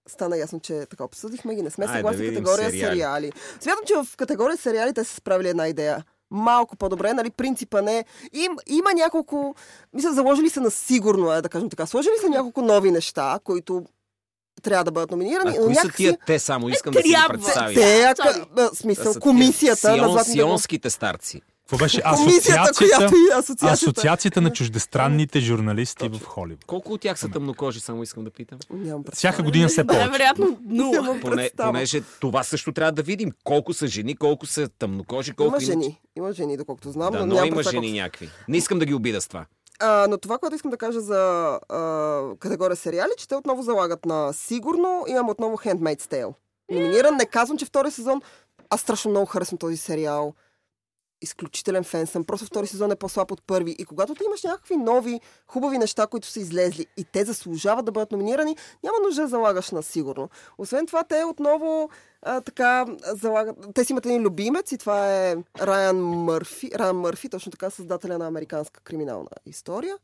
Speaker 2: стана ясно, че така обсъдихме ги. Не сме
Speaker 1: Айде,
Speaker 2: съгласни
Speaker 1: да видим
Speaker 2: категория сериали.
Speaker 1: сериали.
Speaker 2: Смятам, че в категория сериали те са справили една идея. Малко по-добре, нали? Принципа не. Им, има няколко... Мисля, заложили са на сигурно, е, да кажем така. Сложили са няколко нови неща, които трябва да бъдат
Speaker 1: А
Speaker 2: номинирани. но
Speaker 1: кои са
Speaker 2: някакси-
Speaker 1: тия те само? Искам да си ги
Speaker 4: трябва.
Speaker 1: представя.
Speaker 2: Те, а,
Speaker 4: Сори.
Speaker 2: а,
Speaker 1: Да
Speaker 2: смисъл,
Speaker 1: са тия
Speaker 2: комисията
Speaker 1: сион-
Speaker 2: на Златните глобуси.
Speaker 1: Сионските старци.
Speaker 3: Какво беше?
Speaker 2: Комисията,
Speaker 3: Асоциацията,
Speaker 2: която и асоциацията.
Speaker 3: асоциацията на чуждестранните журналисти в Холивуд.
Speaker 1: Колко от тях са тъмнокожи, само искам да питам?
Speaker 2: Нямам представа.
Speaker 3: Всяка година все повече.
Speaker 4: Най-вероятно нула.
Speaker 2: Нямам
Speaker 1: Поне,
Speaker 2: представа.
Speaker 1: понеже това също трябва да видим. Колко са жени, колко са тъмнокожи, колко
Speaker 2: Има
Speaker 1: иначе-
Speaker 2: жени. Има жени, доколкото знам.
Speaker 1: Да,
Speaker 2: но
Speaker 1: но
Speaker 2: нямам
Speaker 1: има
Speaker 2: представа
Speaker 1: жени
Speaker 2: колко
Speaker 1: някакви. Не искам да ги обида с това.
Speaker 2: са. А, но това, което искам да кажа за а, категория сериали, че те отново залагат на сигурно. Имам отново Handmaid's Tale. Номиниран, не казвам, че втори сезон. Аз страшно много харесвам този сериал. Изключителен фен съм. Просто втори сезон е по-слаб от първи. И когато ти имаш някакви нови, хубави неща, които са излезли и те заслужават да бъдат номинирани, няма нужда да залагаш на сигурно. Освен това, те отново а, така залагат... Те си имат един любимец и това е Райан Мърфи. Райан Мърфи, точно така създателя на Американска криминална история.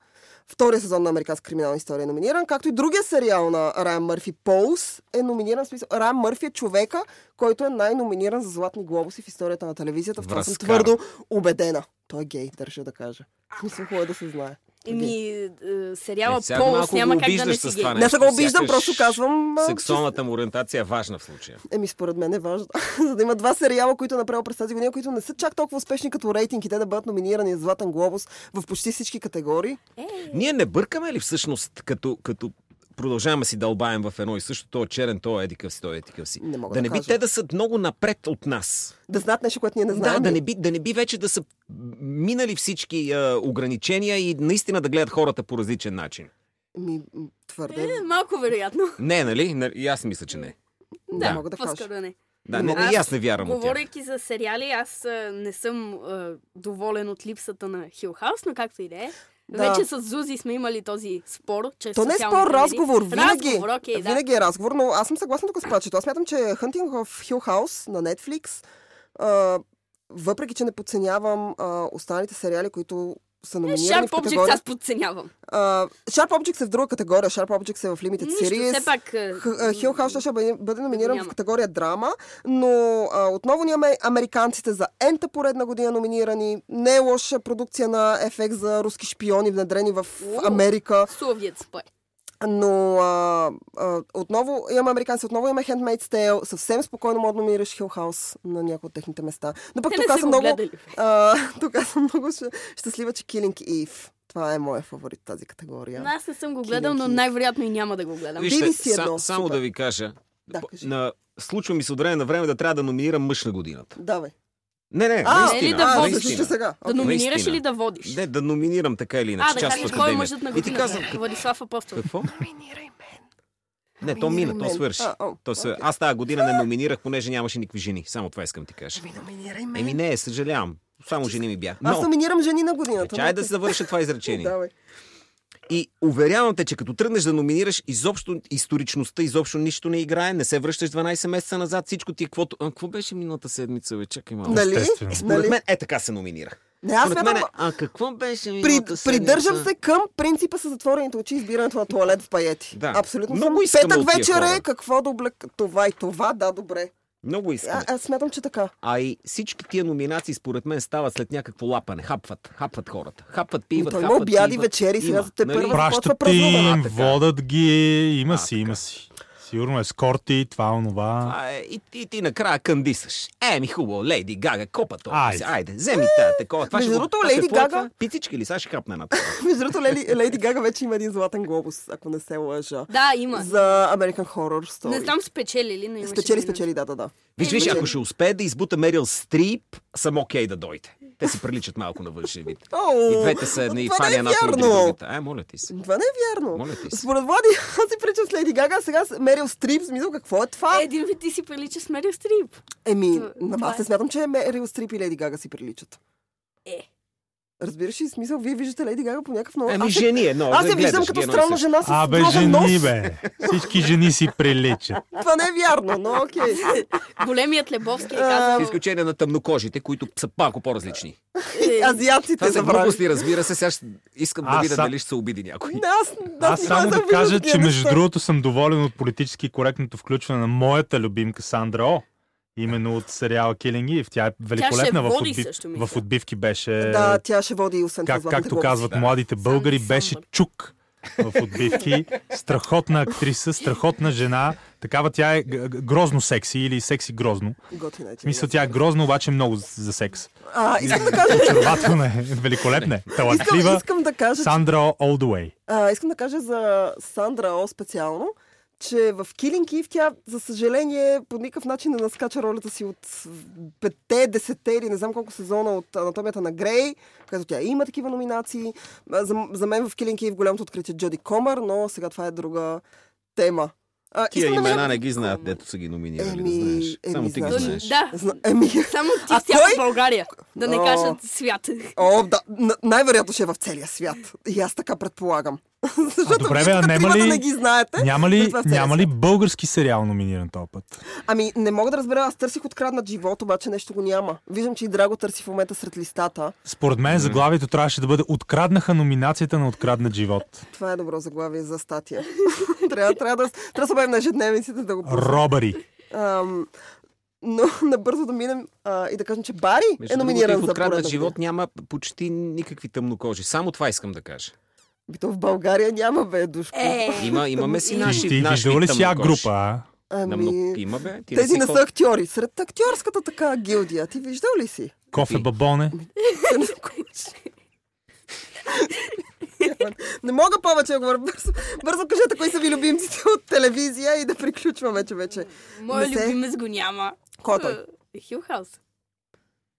Speaker 2: Втория сезон на Американска криминална история е номиниран, както и другия сериал на Райан Мърфи, Полс, е номиниран. В смисъл, Райан Мърфи е човека, който е най-номиниран за Златни глобуси в историята на телевизията. В това съм
Speaker 1: Връзкар.
Speaker 2: твърдо убедена. Той е гей, държа да кажа. В смисъл, хубаво е да се знае.
Speaker 4: Ми, е, сериала
Speaker 1: Е, сега
Speaker 4: Полос
Speaker 1: малко
Speaker 4: няма
Speaker 1: го
Speaker 4: как да не
Speaker 1: обиждаш
Speaker 4: си
Speaker 1: с
Speaker 4: гей.
Speaker 1: това
Speaker 2: Не, се го
Speaker 1: сякаш
Speaker 2: обиждам, просто казвам. а,
Speaker 1: Сексуалната му ориентация е важна в случая.
Speaker 2: Еми, според мен е важно. за да има два сериала, които е направил през тази година, които не са чак толкова успешни като рейтинг и те да бъдат номинирани за Златен глобус в почти всички категории.
Speaker 1: Ние не бъркаме ли всъщност, като, като продължаваме си дълбаем в едно и също, то е черен, то е едикъв си, то е едикъв си.
Speaker 2: Не мога
Speaker 1: да
Speaker 2: да
Speaker 1: не би
Speaker 2: кажа.
Speaker 1: те да са много напред от нас.
Speaker 2: Да знаят нещо, което ние не знаем.
Speaker 1: Да, да не, би, да не би вече да са минали всички а, ограничения и наистина да гледат хората по различен начин.
Speaker 2: Ми, м, Ами, твърде.
Speaker 4: Е, малко вероятно.
Speaker 1: Не, нали? Нали, И аз мисля, че не.
Speaker 2: Не
Speaker 1: да.
Speaker 2: мога да кажа.
Speaker 4: По-скоро не.
Speaker 1: Да, не, не
Speaker 4: Аз
Speaker 1: и аз не вярвам в тях.
Speaker 4: Говорейки за сериали, аз а, не съм а, доволен от липсата на Хил Хаус, но както и да е.
Speaker 2: Да.
Speaker 4: Вече с Зузи сме имали този спор. Че
Speaker 2: То не е спор, разговор. Винаги,
Speaker 4: Разговор, окей, да.
Speaker 2: винаги е разговор, но аз съм съгласна тук с пачето. Аз смятам, че Hunting of Hill House на Netflix, а, въпреки, че не подценявам а, останалите сериали, които са
Speaker 4: Е,
Speaker 2: номинирани
Speaker 4: Sharp
Speaker 2: в категория...
Speaker 4: Objects аз подценявам.
Speaker 2: А, Sharp Objects е в друга категория. Sharp Objects е в Limited
Speaker 4: Нищо,
Speaker 2: Series.
Speaker 4: все пак... е, а,
Speaker 2: Х- а, Хил Хаус ще бъде, бъде номиниран
Speaker 4: Няма.
Speaker 2: в категория драма, но а, отново ние имаме американците за ента поредна година номинирани. Не е лоша продукция на FX за руски шпиони, внедрени в
Speaker 4: Уу.
Speaker 2: Америка.
Speaker 4: Словият спой.
Speaker 2: Но а, а, отново имаме американци, отново имаме Handmaid's Tale. Съвсем спокойно мога да номинираш Хил Хаус на някои от техните места. Но пък
Speaker 4: Те
Speaker 2: тук
Speaker 4: не
Speaker 2: аз
Speaker 4: са го
Speaker 2: съм много,
Speaker 4: гледали.
Speaker 2: а, тук аз съм много щ- щастлива, че Killing Eve. Това е моя фаворит тази категория.
Speaker 4: Но аз не съм го гледал,
Speaker 2: Кино,
Speaker 4: но
Speaker 2: кино.
Speaker 4: най-вероятно и няма да го гледам.
Speaker 2: Виж-
Speaker 1: Вижте,
Speaker 2: Биби си едно,
Speaker 1: само
Speaker 2: супер.
Speaker 1: да ви кажа.
Speaker 2: Да,
Speaker 1: по-
Speaker 2: кажи.
Speaker 1: на, случва ми се от време на време да трябва да номинирам мъж на годината.
Speaker 2: Давай.
Speaker 1: Не, не,
Speaker 2: А,
Speaker 1: наистина.
Speaker 4: е ли да
Speaker 2: а,
Speaker 4: водиш?
Speaker 2: всъщност ще
Speaker 1: наистина.
Speaker 2: сега.
Speaker 4: Да номинираш
Speaker 1: Наистина.
Speaker 4: или да водиш?
Speaker 1: Не, да номинирам така или иначе.
Speaker 4: а, да
Speaker 1: част от
Speaker 4: кажеш, кой е
Speaker 1: академията.
Speaker 4: мъжът на
Speaker 1: И ти
Speaker 4: годината?
Speaker 1: казвам,
Speaker 4: Владислав Апостолов.
Speaker 1: какво? Не, то мина, то
Speaker 2: Номинирай
Speaker 1: свърши.
Speaker 2: мен. А, о,
Speaker 1: То свър...
Speaker 2: окей.
Speaker 1: Аз тази година не номинирах, понеже нямаше никакви жени. Само това искам ти кажа.
Speaker 2: Ми номинирай мен.
Speaker 1: Еми не, съжалявам. Само жени ми бях.
Speaker 2: Аз
Speaker 1: Но,
Speaker 2: номинирам жени на годината.
Speaker 1: чай
Speaker 2: но
Speaker 1: да
Speaker 2: окей.
Speaker 1: се завърша това изречение.
Speaker 2: Давай.
Speaker 1: И уверявам те, че като тръгнеш да номинираш, изобщо историчността, изобщо нищо не играе, не се връщаш 12 месеца назад, всичко ти е каквото... А, какво беше миналата седмица, бе? Чакай малко.
Speaker 2: Нали?
Speaker 3: Естествено.
Speaker 1: Според
Speaker 2: нали?
Speaker 1: мен е така се номинира.
Speaker 2: Не, аз
Speaker 1: Според
Speaker 2: смятам,
Speaker 1: мен е, а какво беше
Speaker 2: при,
Speaker 1: миналата седмица?
Speaker 2: придържам се към принципа с затворените очи и избирането на туалет в паети.
Speaker 1: Да.
Speaker 2: Абсолютно.
Speaker 1: Много
Speaker 2: съм.
Speaker 1: искаме от
Speaker 2: Петък
Speaker 1: тия
Speaker 2: вечер е,
Speaker 1: хора.
Speaker 2: какво да облек това и това, да, добре.
Speaker 1: Много искам.
Speaker 2: А, аз смятам, че така.
Speaker 1: А и всички тия номинации, според мен, стават след някакво лапане. Хапват. Хапват хората. Хапват, пиват,
Speaker 2: Ами той има
Speaker 1: хапват,
Speaker 2: обяди,
Speaker 1: пиват.
Speaker 2: вечери, сега
Speaker 1: Има, нали?
Speaker 2: за те първа- Започва
Speaker 3: Пращат ти,
Speaker 2: празнуване.
Speaker 3: им,
Speaker 1: А, така.
Speaker 3: водят ги, има
Speaker 1: А,
Speaker 3: си,
Speaker 1: така.
Speaker 3: има си. Сигурно ескорти, това, онова.
Speaker 1: А, е, и, и ти накрая къндисаш. Е, ми хубаво, Лейди Гага, копа то.
Speaker 3: Айде.
Speaker 1: Айде. Айде, вземи тая, такова. Това
Speaker 2: Между
Speaker 1: ще го-
Speaker 2: другото,
Speaker 1: това ще
Speaker 2: Лейди
Speaker 1: е твое
Speaker 2: Гага- Е,
Speaker 1: това? Пицички ли? Сега ще хапна една такава.
Speaker 2: Между другото, Леди, Леди Гага вече има един златен глобус, ако не се лъжа.
Speaker 4: Да, има.
Speaker 2: За American Horror Story.
Speaker 4: Не знам спечели ли, но имаше
Speaker 2: Спечели,
Speaker 4: номинация.
Speaker 2: спечели, да, да, да.
Speaker 1: Виж, виж,
Speaker 2: Спечели.
Speaker 1: ако ще успее да избута Мерил Стрип, съм окей да дойде. Те си приличат малко на външен вид.
Speaker 2: Оу,
Speaker 1: И двете са едни и
Speaker 2: това не
Speaker 1: фаня
Speaker 2: е
Speaker 1: едната от
Speaker 2: вярно.
Speaker 1: другата. Ай, моля ти се.
Speaker 2: Това не е вярно.
Speaker 1: Моля ти се.
Speaker 2: Според Влади, аз си причам с Леди Гага, а сега с Мерил Стрип, смисъл какво е това?
Speaker 4: Е, един вид ти си прилича с Мерил Стрип.
Speaker 2: Еми,
Speaker 4: т-
Speaker 2: ама
Speaker 4: това
Speaker 2: аз
Speaker 4: е.
Speaker 2: не смятам, че Мерил Стрип и Леди Гага си приличат.
Speaker 4: Е.
Speaker 2: Разбираш ли смисъл? Вие виждате Леди Гага по някакъв много...
Speaker 1: Еми,
Speaker 2: аз се-
Speaker 1: жени е едно.
Speaker 2: Аз се
Speaker 1: да
Speaker 2: виждам
Speaker 1: гледаш,
Speaker 2: като
Speaker 1: едно и
Speaker 2: странна
Speaker 1: също.
Speaker 2: жена е с
Speaker 3: Абе,
Speaker 2: огромен
Speaker 3: жени,
Speaker 2: нос.
Speaker 3: бе. Всички жени си приличат.
Speaker 2: Това не е вярно, но окей.
Speaker 4: Големият Лебовски е казал...
Speaker 1: С изключение на тъмнокожите, които са малко по-различни.
Speaker 4: е,
Speaker 1: Това
Speaker 2: Азиатците
Speaker 1: са
Speaker 2: забравили.
Speaker 1: глупости, разбира се. Сега ще искам да
Speaker 3: Аз
Speaker 1: видя
Speaker 3: са-
Speaker 1: дали ще се обиди някой.
Speaker 2: Не, аз,
Speaker 3: Аз
Speaker 2: никога
Speaker 3: само
Speaker 2: не
Speaker 3: да
Speaker 2: съм
Speaker 3: кажа,
Speaker 2: виждала
Speaker 3: че
Speaker 2: такива
Speaker 3: между
Speaker 2: неща.
Speaker 3: другото съм доволен от политически коректното включване на моята любимка Сандра О. Именно от сериала Killing Eve. Тя е великолепна в,
Speaker 4: води
Speaker 3: отбив...
Speaker 4: също, мисля.
Speaker 3: в отбивки беше...
Speaker 2: Да, тя ще води и освен това
Speaker 3: е, как,
Speaker 2: златната
Speaker 3: както
Speaker 2: глобус.
Speaker 3: казват младите българи,
Speaker 4: Сам-
Speaker 3: беше
Speaker 4: самбър.
Speaker 3: чук в отбивки. Страхотна актриса, страхотна жена. Такава тя е г- г- грозно секси или секси грозно.
Speaker 2: Готина е тя.
Speaker 3: В смисъл, тя е грозно, обаче много за за секс.
Speaker 2: А, искам да кажа,
Speaker 3: Очарователна е, великолепна е,
Speaker 2: искам,
Speaker 3: талантлива.
Speaker 2: искам да кажа, че-
Speaker 3: Сандра О, all the way.
Speaker 2: а, искам да кажа за Сандра О специално, че в Килинг Ив тя, за съжаление, по никакъв начин не наскача ролята си от петте, десетте или не знам колко сезона от Анатомията на Грей, където тя има такива номинации. А, За, за мен в Килинг Ив голямото откритие е Джоди Комър, но сега това е друга тема. А,
Speaker 1: Тия
Speaker 2: искам да
Speaker 1: имена
Speaker 2: минем-
Speaker 1: не ги знаят, дето са ги номинирали, да
Speaker 2: Еми,
Speaker 1: знаеш.
Speaker 2: еми,
Speaker 1: Само ти ги
Speaker 2: знаеш. е
Speaker 1: знаеш.
Speaker 4: Да,
Speaker 2: Зна- Еми,
Speaker 4: само ти
Speaker 2: А
Speaker 4: в цяла
Speaker 2: кой?
Speaker 4: България. Да не
Speaker 2: О.
Speaker 4: кажат свят.
Speaker 2: О, да, н- най-вероятно ще е в целия свят. И аз така предполагам. Защото
Speaker 3: добре,
Speaker 2: вие
Speaker 3: бе,
Speaker 2: тук
Speaker 3: а няма
Speaker 2: тримата
Speaker 3: ли-
Speaker 2: не ги знаете.
Speaker 3: Няма ли,
Speaker 2: Затова в целия
Speaker 3: няма ли български сериал номиниран този път?
Speaker 2: Ами, не мога да разбера, аз търсих откраднат живот, обаче нещо го няма. Виждам, че и Драго търси в момента сред листата.
Speaker 3: Според мен заглавието трябваше да бъде Откраднаха номинацията на Откраднат живот.
Speaker 2: Това е добро заглавие за статия. трябва, трябва да, трябва да се обявим на ежедневниците да го пуснем.
Speaker 3: Робари.
Speaker 2: Ам, но набързо да минем а, и да кажем, че Бари
Speaker 1: Между другото,
Speaker 2: е номиниран
Speaker 1: и в
Speaker 2: за
Speaker 1: откраднат
Speaker 2: пореден
Speaker 1: живот няма почти никакви тъмнокожи. Само това искам да кажа.
Speaker 2: Би то в България няма бе, душко.
Speaker 4: Е,
Speaker 1: Има, имаме си
Speaker 4: Ти-
Speaker 3: Ти,
Speaker 1: наши
Speaker 3: ти
Speaker 1: наши
Speaker 3: виждала ли си я
Speaker 1: тъмнокожи.
Speaker 3: група, а?
Speaker 1: На
Speaker 2: Ами,
Speaker 1: много... Има бе. Ти
Speaker 2: тези
Speaker 1: си
Speaker 2: не
Speaker 1: хо-
Speaker 2: са актьори. Сред актьорската така гилдия. Ти виждал ли си?
Speaker 3: Кофе
Speaker 1: Какви?
Speaker 3: бабоне.
Speaker 2: Не мога повече да говоря. Бързо, бързо кажете кои са ви любимците от телевизия и да приключваме, че вече.
Speaker 4: моя
Speaker 2: не се-
Speaker 4: любимец го няма.
Speaker 2: Кой е той?
Speaker 4: Е, Хилхаус.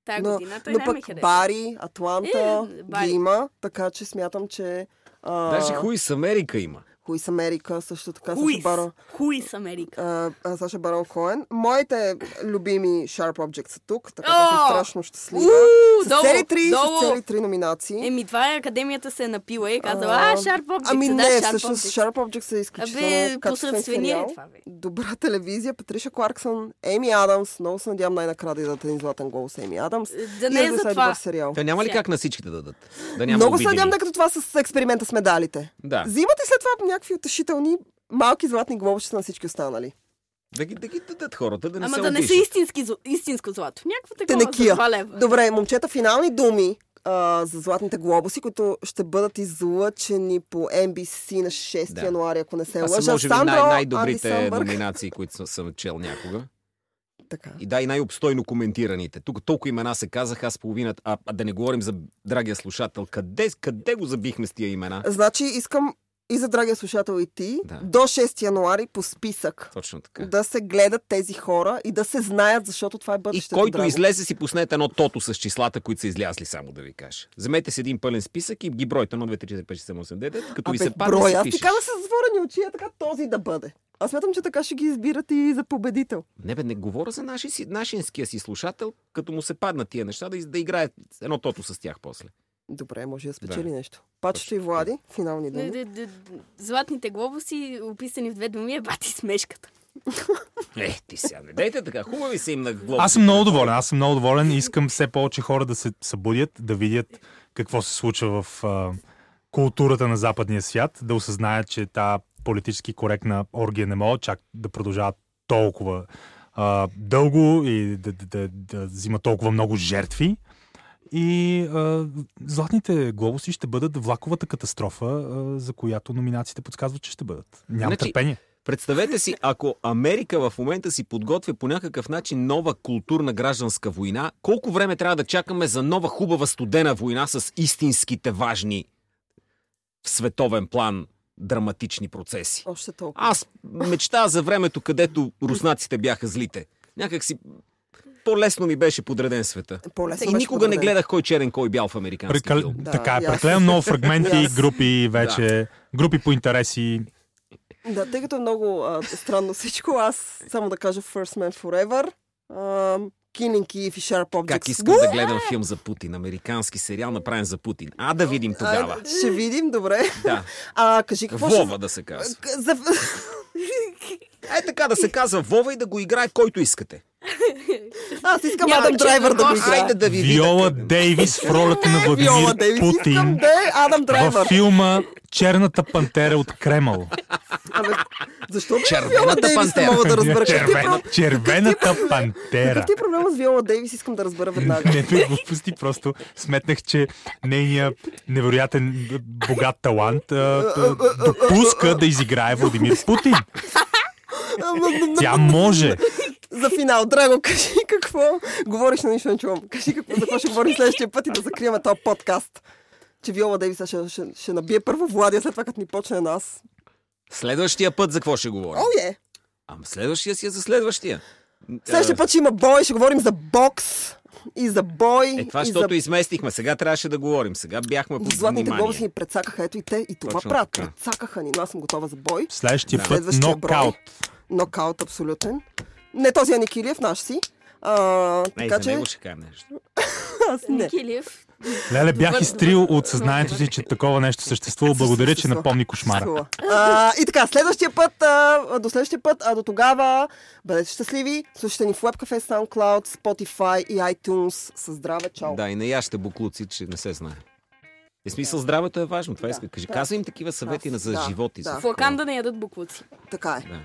Speaker 4: Тая
Speaker 2: Но,
Speaker 4: година той
Speaker 2: но
Speaker 4: не ме
Speaker 2: пък
Speaker 4: хареса.
Speaker 2: Бари, Атланта
Speaker 4: Е, Бари.
Speaker 2: ги има, така че смятам, че а,
Speaker 1: Даже хуй с Америка има.
Speaker 2: Хуис Америка също така. Саша
Speaker 4: Хуис.
Speaker 2: Барон,
Speaker 4: Хуис Америка.
Speaker 2: а, а, Саша Барон Коен. Моите любими Sharp Objects са тук, така че съм
Speaker 4: О!
Speaker 2: страшно щастлива.
Speaker 4: Уу,
Speaker 2: С
Speaker 4: долу,
Speaker 2: цели три, с
Speaker 4: долу.
Speaker 2: цели три номинации.
Speaker 4: Еми, това е академията се е напила и е казала, а, Sharp Objects,
Speaker 2: Ами
Speaker 4: да,
Speaker 2: не,
Speaker 4: Sharp
Speaker 2: всъщност
Speaker 4: Objects.
Speaker 2: Sharp Objects е
Speaker 4: Абе,
Speaker 2: изключително качествен
Speaker 4: посредствения е
Speaker 2: сериал.
Speaker 4: това, бе.
Speaker 2: Добра телевизия, Патриша Кларксън, Еми Адамс. Много се надявам най-накрая да дадат един златен глобус Еми Адамс.
Speaker 4: Да не
Speaker 2: И
Speaker 4: е
Speaker 2: да
Speaker 4: за
Speaker 2: е
Speaker 4: това.
Speaker 2: добър сериал.
Speaker 1: Та няма ли
Speaker 4: Сега.
Speaker 1: как на всички да дадат? Да няма
Speaker 2: Много се
Speaker 1: обидени.
Speaker 2: надявам да е като това с експеримента с медалите.
Speaker 1: Да.
Speaker 2: Взимат и след това някакви утешителни малки златни глобуси на всички останали.
Speaker 1: Да ги, да ги дадат хората, да не
Speaker 4: Ама
Speaker 1: се
Speaker 4: да не са
Speaker 1: обиждат.
Speaker 4: истински, зл- истинско злато. Някакво такова за
Speaker 2: Тенекия.
Speaker 4: два лева.
Speaker 2: Добре, момчета, финални думи а, за златните глобуси, които ще бъдат излъчени по NBC на 6
Speaker 1: Да.
Speaker 2: януари, ако не се
Speaker 1: Това са
Speaker 2: лъжа.
Speaker 1: може би най-
Speaker 2: Сандра О, Анди
Speaker 1: най-добрите
Speaker 2: Самбърг.
Speaker 1: номинации, които съм, съм чел някога.
Speaker 2: Така.
Speaker 1: И да, и най-обстойно коментираните. Тук толкова имена се казах, аз половината, а, а да не говорим за драгия слушател. Къде, къде го забихме с тия имена?
Speaker 2: Значи искам и за драгия слушател и ти
Speaker 1: Да.
Speaker 2: до 6 януари по списък
Speaker 1: Точно така.
Speaker 2: да се гледат тези хора и да се знаят, защото това е
Speaker 1: И
Speaker 2: бъдещето.
Speaker 1: който
Speaker 2: драго.
Speaker 1: излезе си пуснете едно тото с числата, които са излязли, само да ви кажа. Вземете си един пълен списък и ги бройте 1, 2, 3, 4, 5, 6, 7, 8, 9, като ви
Speaker 2: Абе,
Speaker 1: се падне
Speaker 2: брой,
Speaker 1: си
Speaker 2: аз
Speaker 1: пишеш.
Speaker 2: ти казах с затворени очи, е така този да бъде. Аз смятам, че така ще ги избират и за победител.
Speaker 1: Не бе, не говоря за наши, си- нашинския си слушател, като му се паднат тия неща, да, из- да играе едно тото с тях после.
Speaker 2: Добре, може да
Speaker 1: спечели
Speaker 2: спечели нещо. Пачето и Влади, финални
Speaker 4: Д-
Speaker 2: думи.
Speaker 4: д- д- Златните глобуси, описани в две думи, е бати смешката.
Speaker 1: Е, ти сега не дайте така, хубави са им на глобус.
Speaker 3: Аз съм много доволен. Аз съм много доволен и искам все повече хора да се събудят, да видят какво се случва в а, културата на западния свят, да осъзнаят, че та политически коректна оргия не може чак да продължава толкова а, дълго и да, да, да, да взима толкова много жертви. И а, златните глобуси ще бъдат влаковата катастрофа, а, за която номинациите подсказват, че ще бъдат. Нямам
Speaker 1: Значи,
Speaker 3: търпение.
Speaker 1: Представете си, ако Америка в момента си подготвя по някакъв начин нова културна гражданска война, колко време трябва да чакаме за нова хубава студена война с истинските важни в световен план драматични процеси?
Speaker 2: Още толкова.
Speaker 1: Аз мечтая за времето, където руснаците бяха злите. Някак си по-лесно ми беше подреден света.
Speaker 2: По-лесно
Speaker 1: И никога не гледах кой черен, кой бял в американски
Speaker 3: Прекал...
Speaker 1: филм.
Speaker 2: Да,
Speaker 3: така е,
Speaker 2: и аз.
Speaker 3: прекалено много фрагменти,
Speaker 2: аз.
Speaker 3: групи вече, групи по интереси.
Speaker 2: Да, тъй като е много а, странно всичко, аз само да кажа First Man Forever. А, Killing Eve и Sharp Objects.
Speaker 1: Как искам да гледам филм за Путин, американски сериал, направен за Путин. А да видим тогава.
Speaker 2: А, ще видим, добре.
Speaker 1: Да.
Speaker 2: А, кажи какво
Speaker 1: Вова да се казва.
Speaker 2: ще... За...
Speaker 1: Е така да се казва Вова и да го играе който искате.
Speaker 2: Аз искам
Speaker 4: Няма
Speaker 2: Адам
Speaker 4: че
Speaker 2: Драйвер да го
Speaker 4: да
Speaker 2: играе.
Speaker 1: Айде да ви
Speaker 3: Виола Дейвис в ролята на
Speaker 2: Виола
Speaker 3: Владимир
Speaker 2: Дейвис, искам
Speaker 3: Путин
Speaker 2: да е Адам
Speaker 3: в
Speaker 2: Драйвер.
Speaker 3: филма Черната пантера от Кремъл.
Speaker 2: Абе, защо бе
Speaker 1: Червената
Speaker 2: Виола Дейвис не
Speaker 1: пантера.
Speaker 2: мога да разбера? Какъв ти е
Speaker 3: Червена,
Speaker 2: проблем-
Speaker 3: червената пантера.
Speaker 2: Какъв ти е проблема с Виола Дейвис? Искам да разбера веднага.
Speaker 3: Не, той глупости, просто сметнах, че нейният невероятен б- богат талант а, т- допуска да изиграе Владимир Путин. Тя може.
Speaker 2: За финал, драго, кажи какво. Говориш, но нищо не чувам. Кажи какво, за какво ще говорим следващия път и да закрием този подкаст. Че Виола Дейвис ще, ще, ще набие първо Владия, след това като ни почне нас.
Speaker 1: Следващия път за какво ще говорим?
Speaker 2: О, е!
Speaker 1: Ам следващия си е за следващия. Е.
Speaker 2: Следващия път ще има бой, ще говорим за бокс и за бой.
Speaker 1: Е, това,
Speaker 2: и
Speaker 1: защото
Speaker 2: за...
Speaker 1: изместихме. Сега трябваше да говорим. Сега бяхме под
Speaker 2: Златните глобуси
Speaker 1: внимание.
Speaker 2: ни предсакаха, ето и те, и това
Speaker 1: Точно
Speaker 2: правят.
Speaker 1: така.
Speaker 2: Предсакаха ни, но аз съм готова за бой.
Speaker 3: Следващия път
Speaker 2: Следващия брой.
Speaker 3: нокаут.
Speaker 2: Нокаут абсолютен. Не този Аникилиев, наш си. А,
Speaker 1: Не,
Speaker 2: така
Speaker 1: за
Speaker 2: че...
Speaker 1: него ще кажем нещо.
Speaker 2: Аз не.
Speaker 4: Никилев.
Speaker 3: Леле, бях
Speaker 4: Добър,
Speaker 3: изтрил
Speaker 4: добър.
Speaker 3: от съзнанието си, че такова нещо съществува. Благодаря, че напомни кошмара.
Speaker 2: Чува. А, и така, следващия път, а, до следващия път, а до тогава бъдете щастливи, слушайте ни в WebCafe, SoundCloud, Spotify и iTunes. Със здраве, чао!
Speaker 1: Да, и не яща буклуци, че не се знае. Е смисъл, здравето е важно. Това
Speaker 2: Да,
Speaker 1: иска. Кажи,
Speaker 2: да.
Speaker 1: казвай им такива съвети на за
Speaker 2: Да,
Speaker 1: живот и
Speaker 2: да.
Speaker 1: за
Speaker 4: В Лаканда не ядат буклуци.
Speaker 2: Така е.
Speaker 1: Да.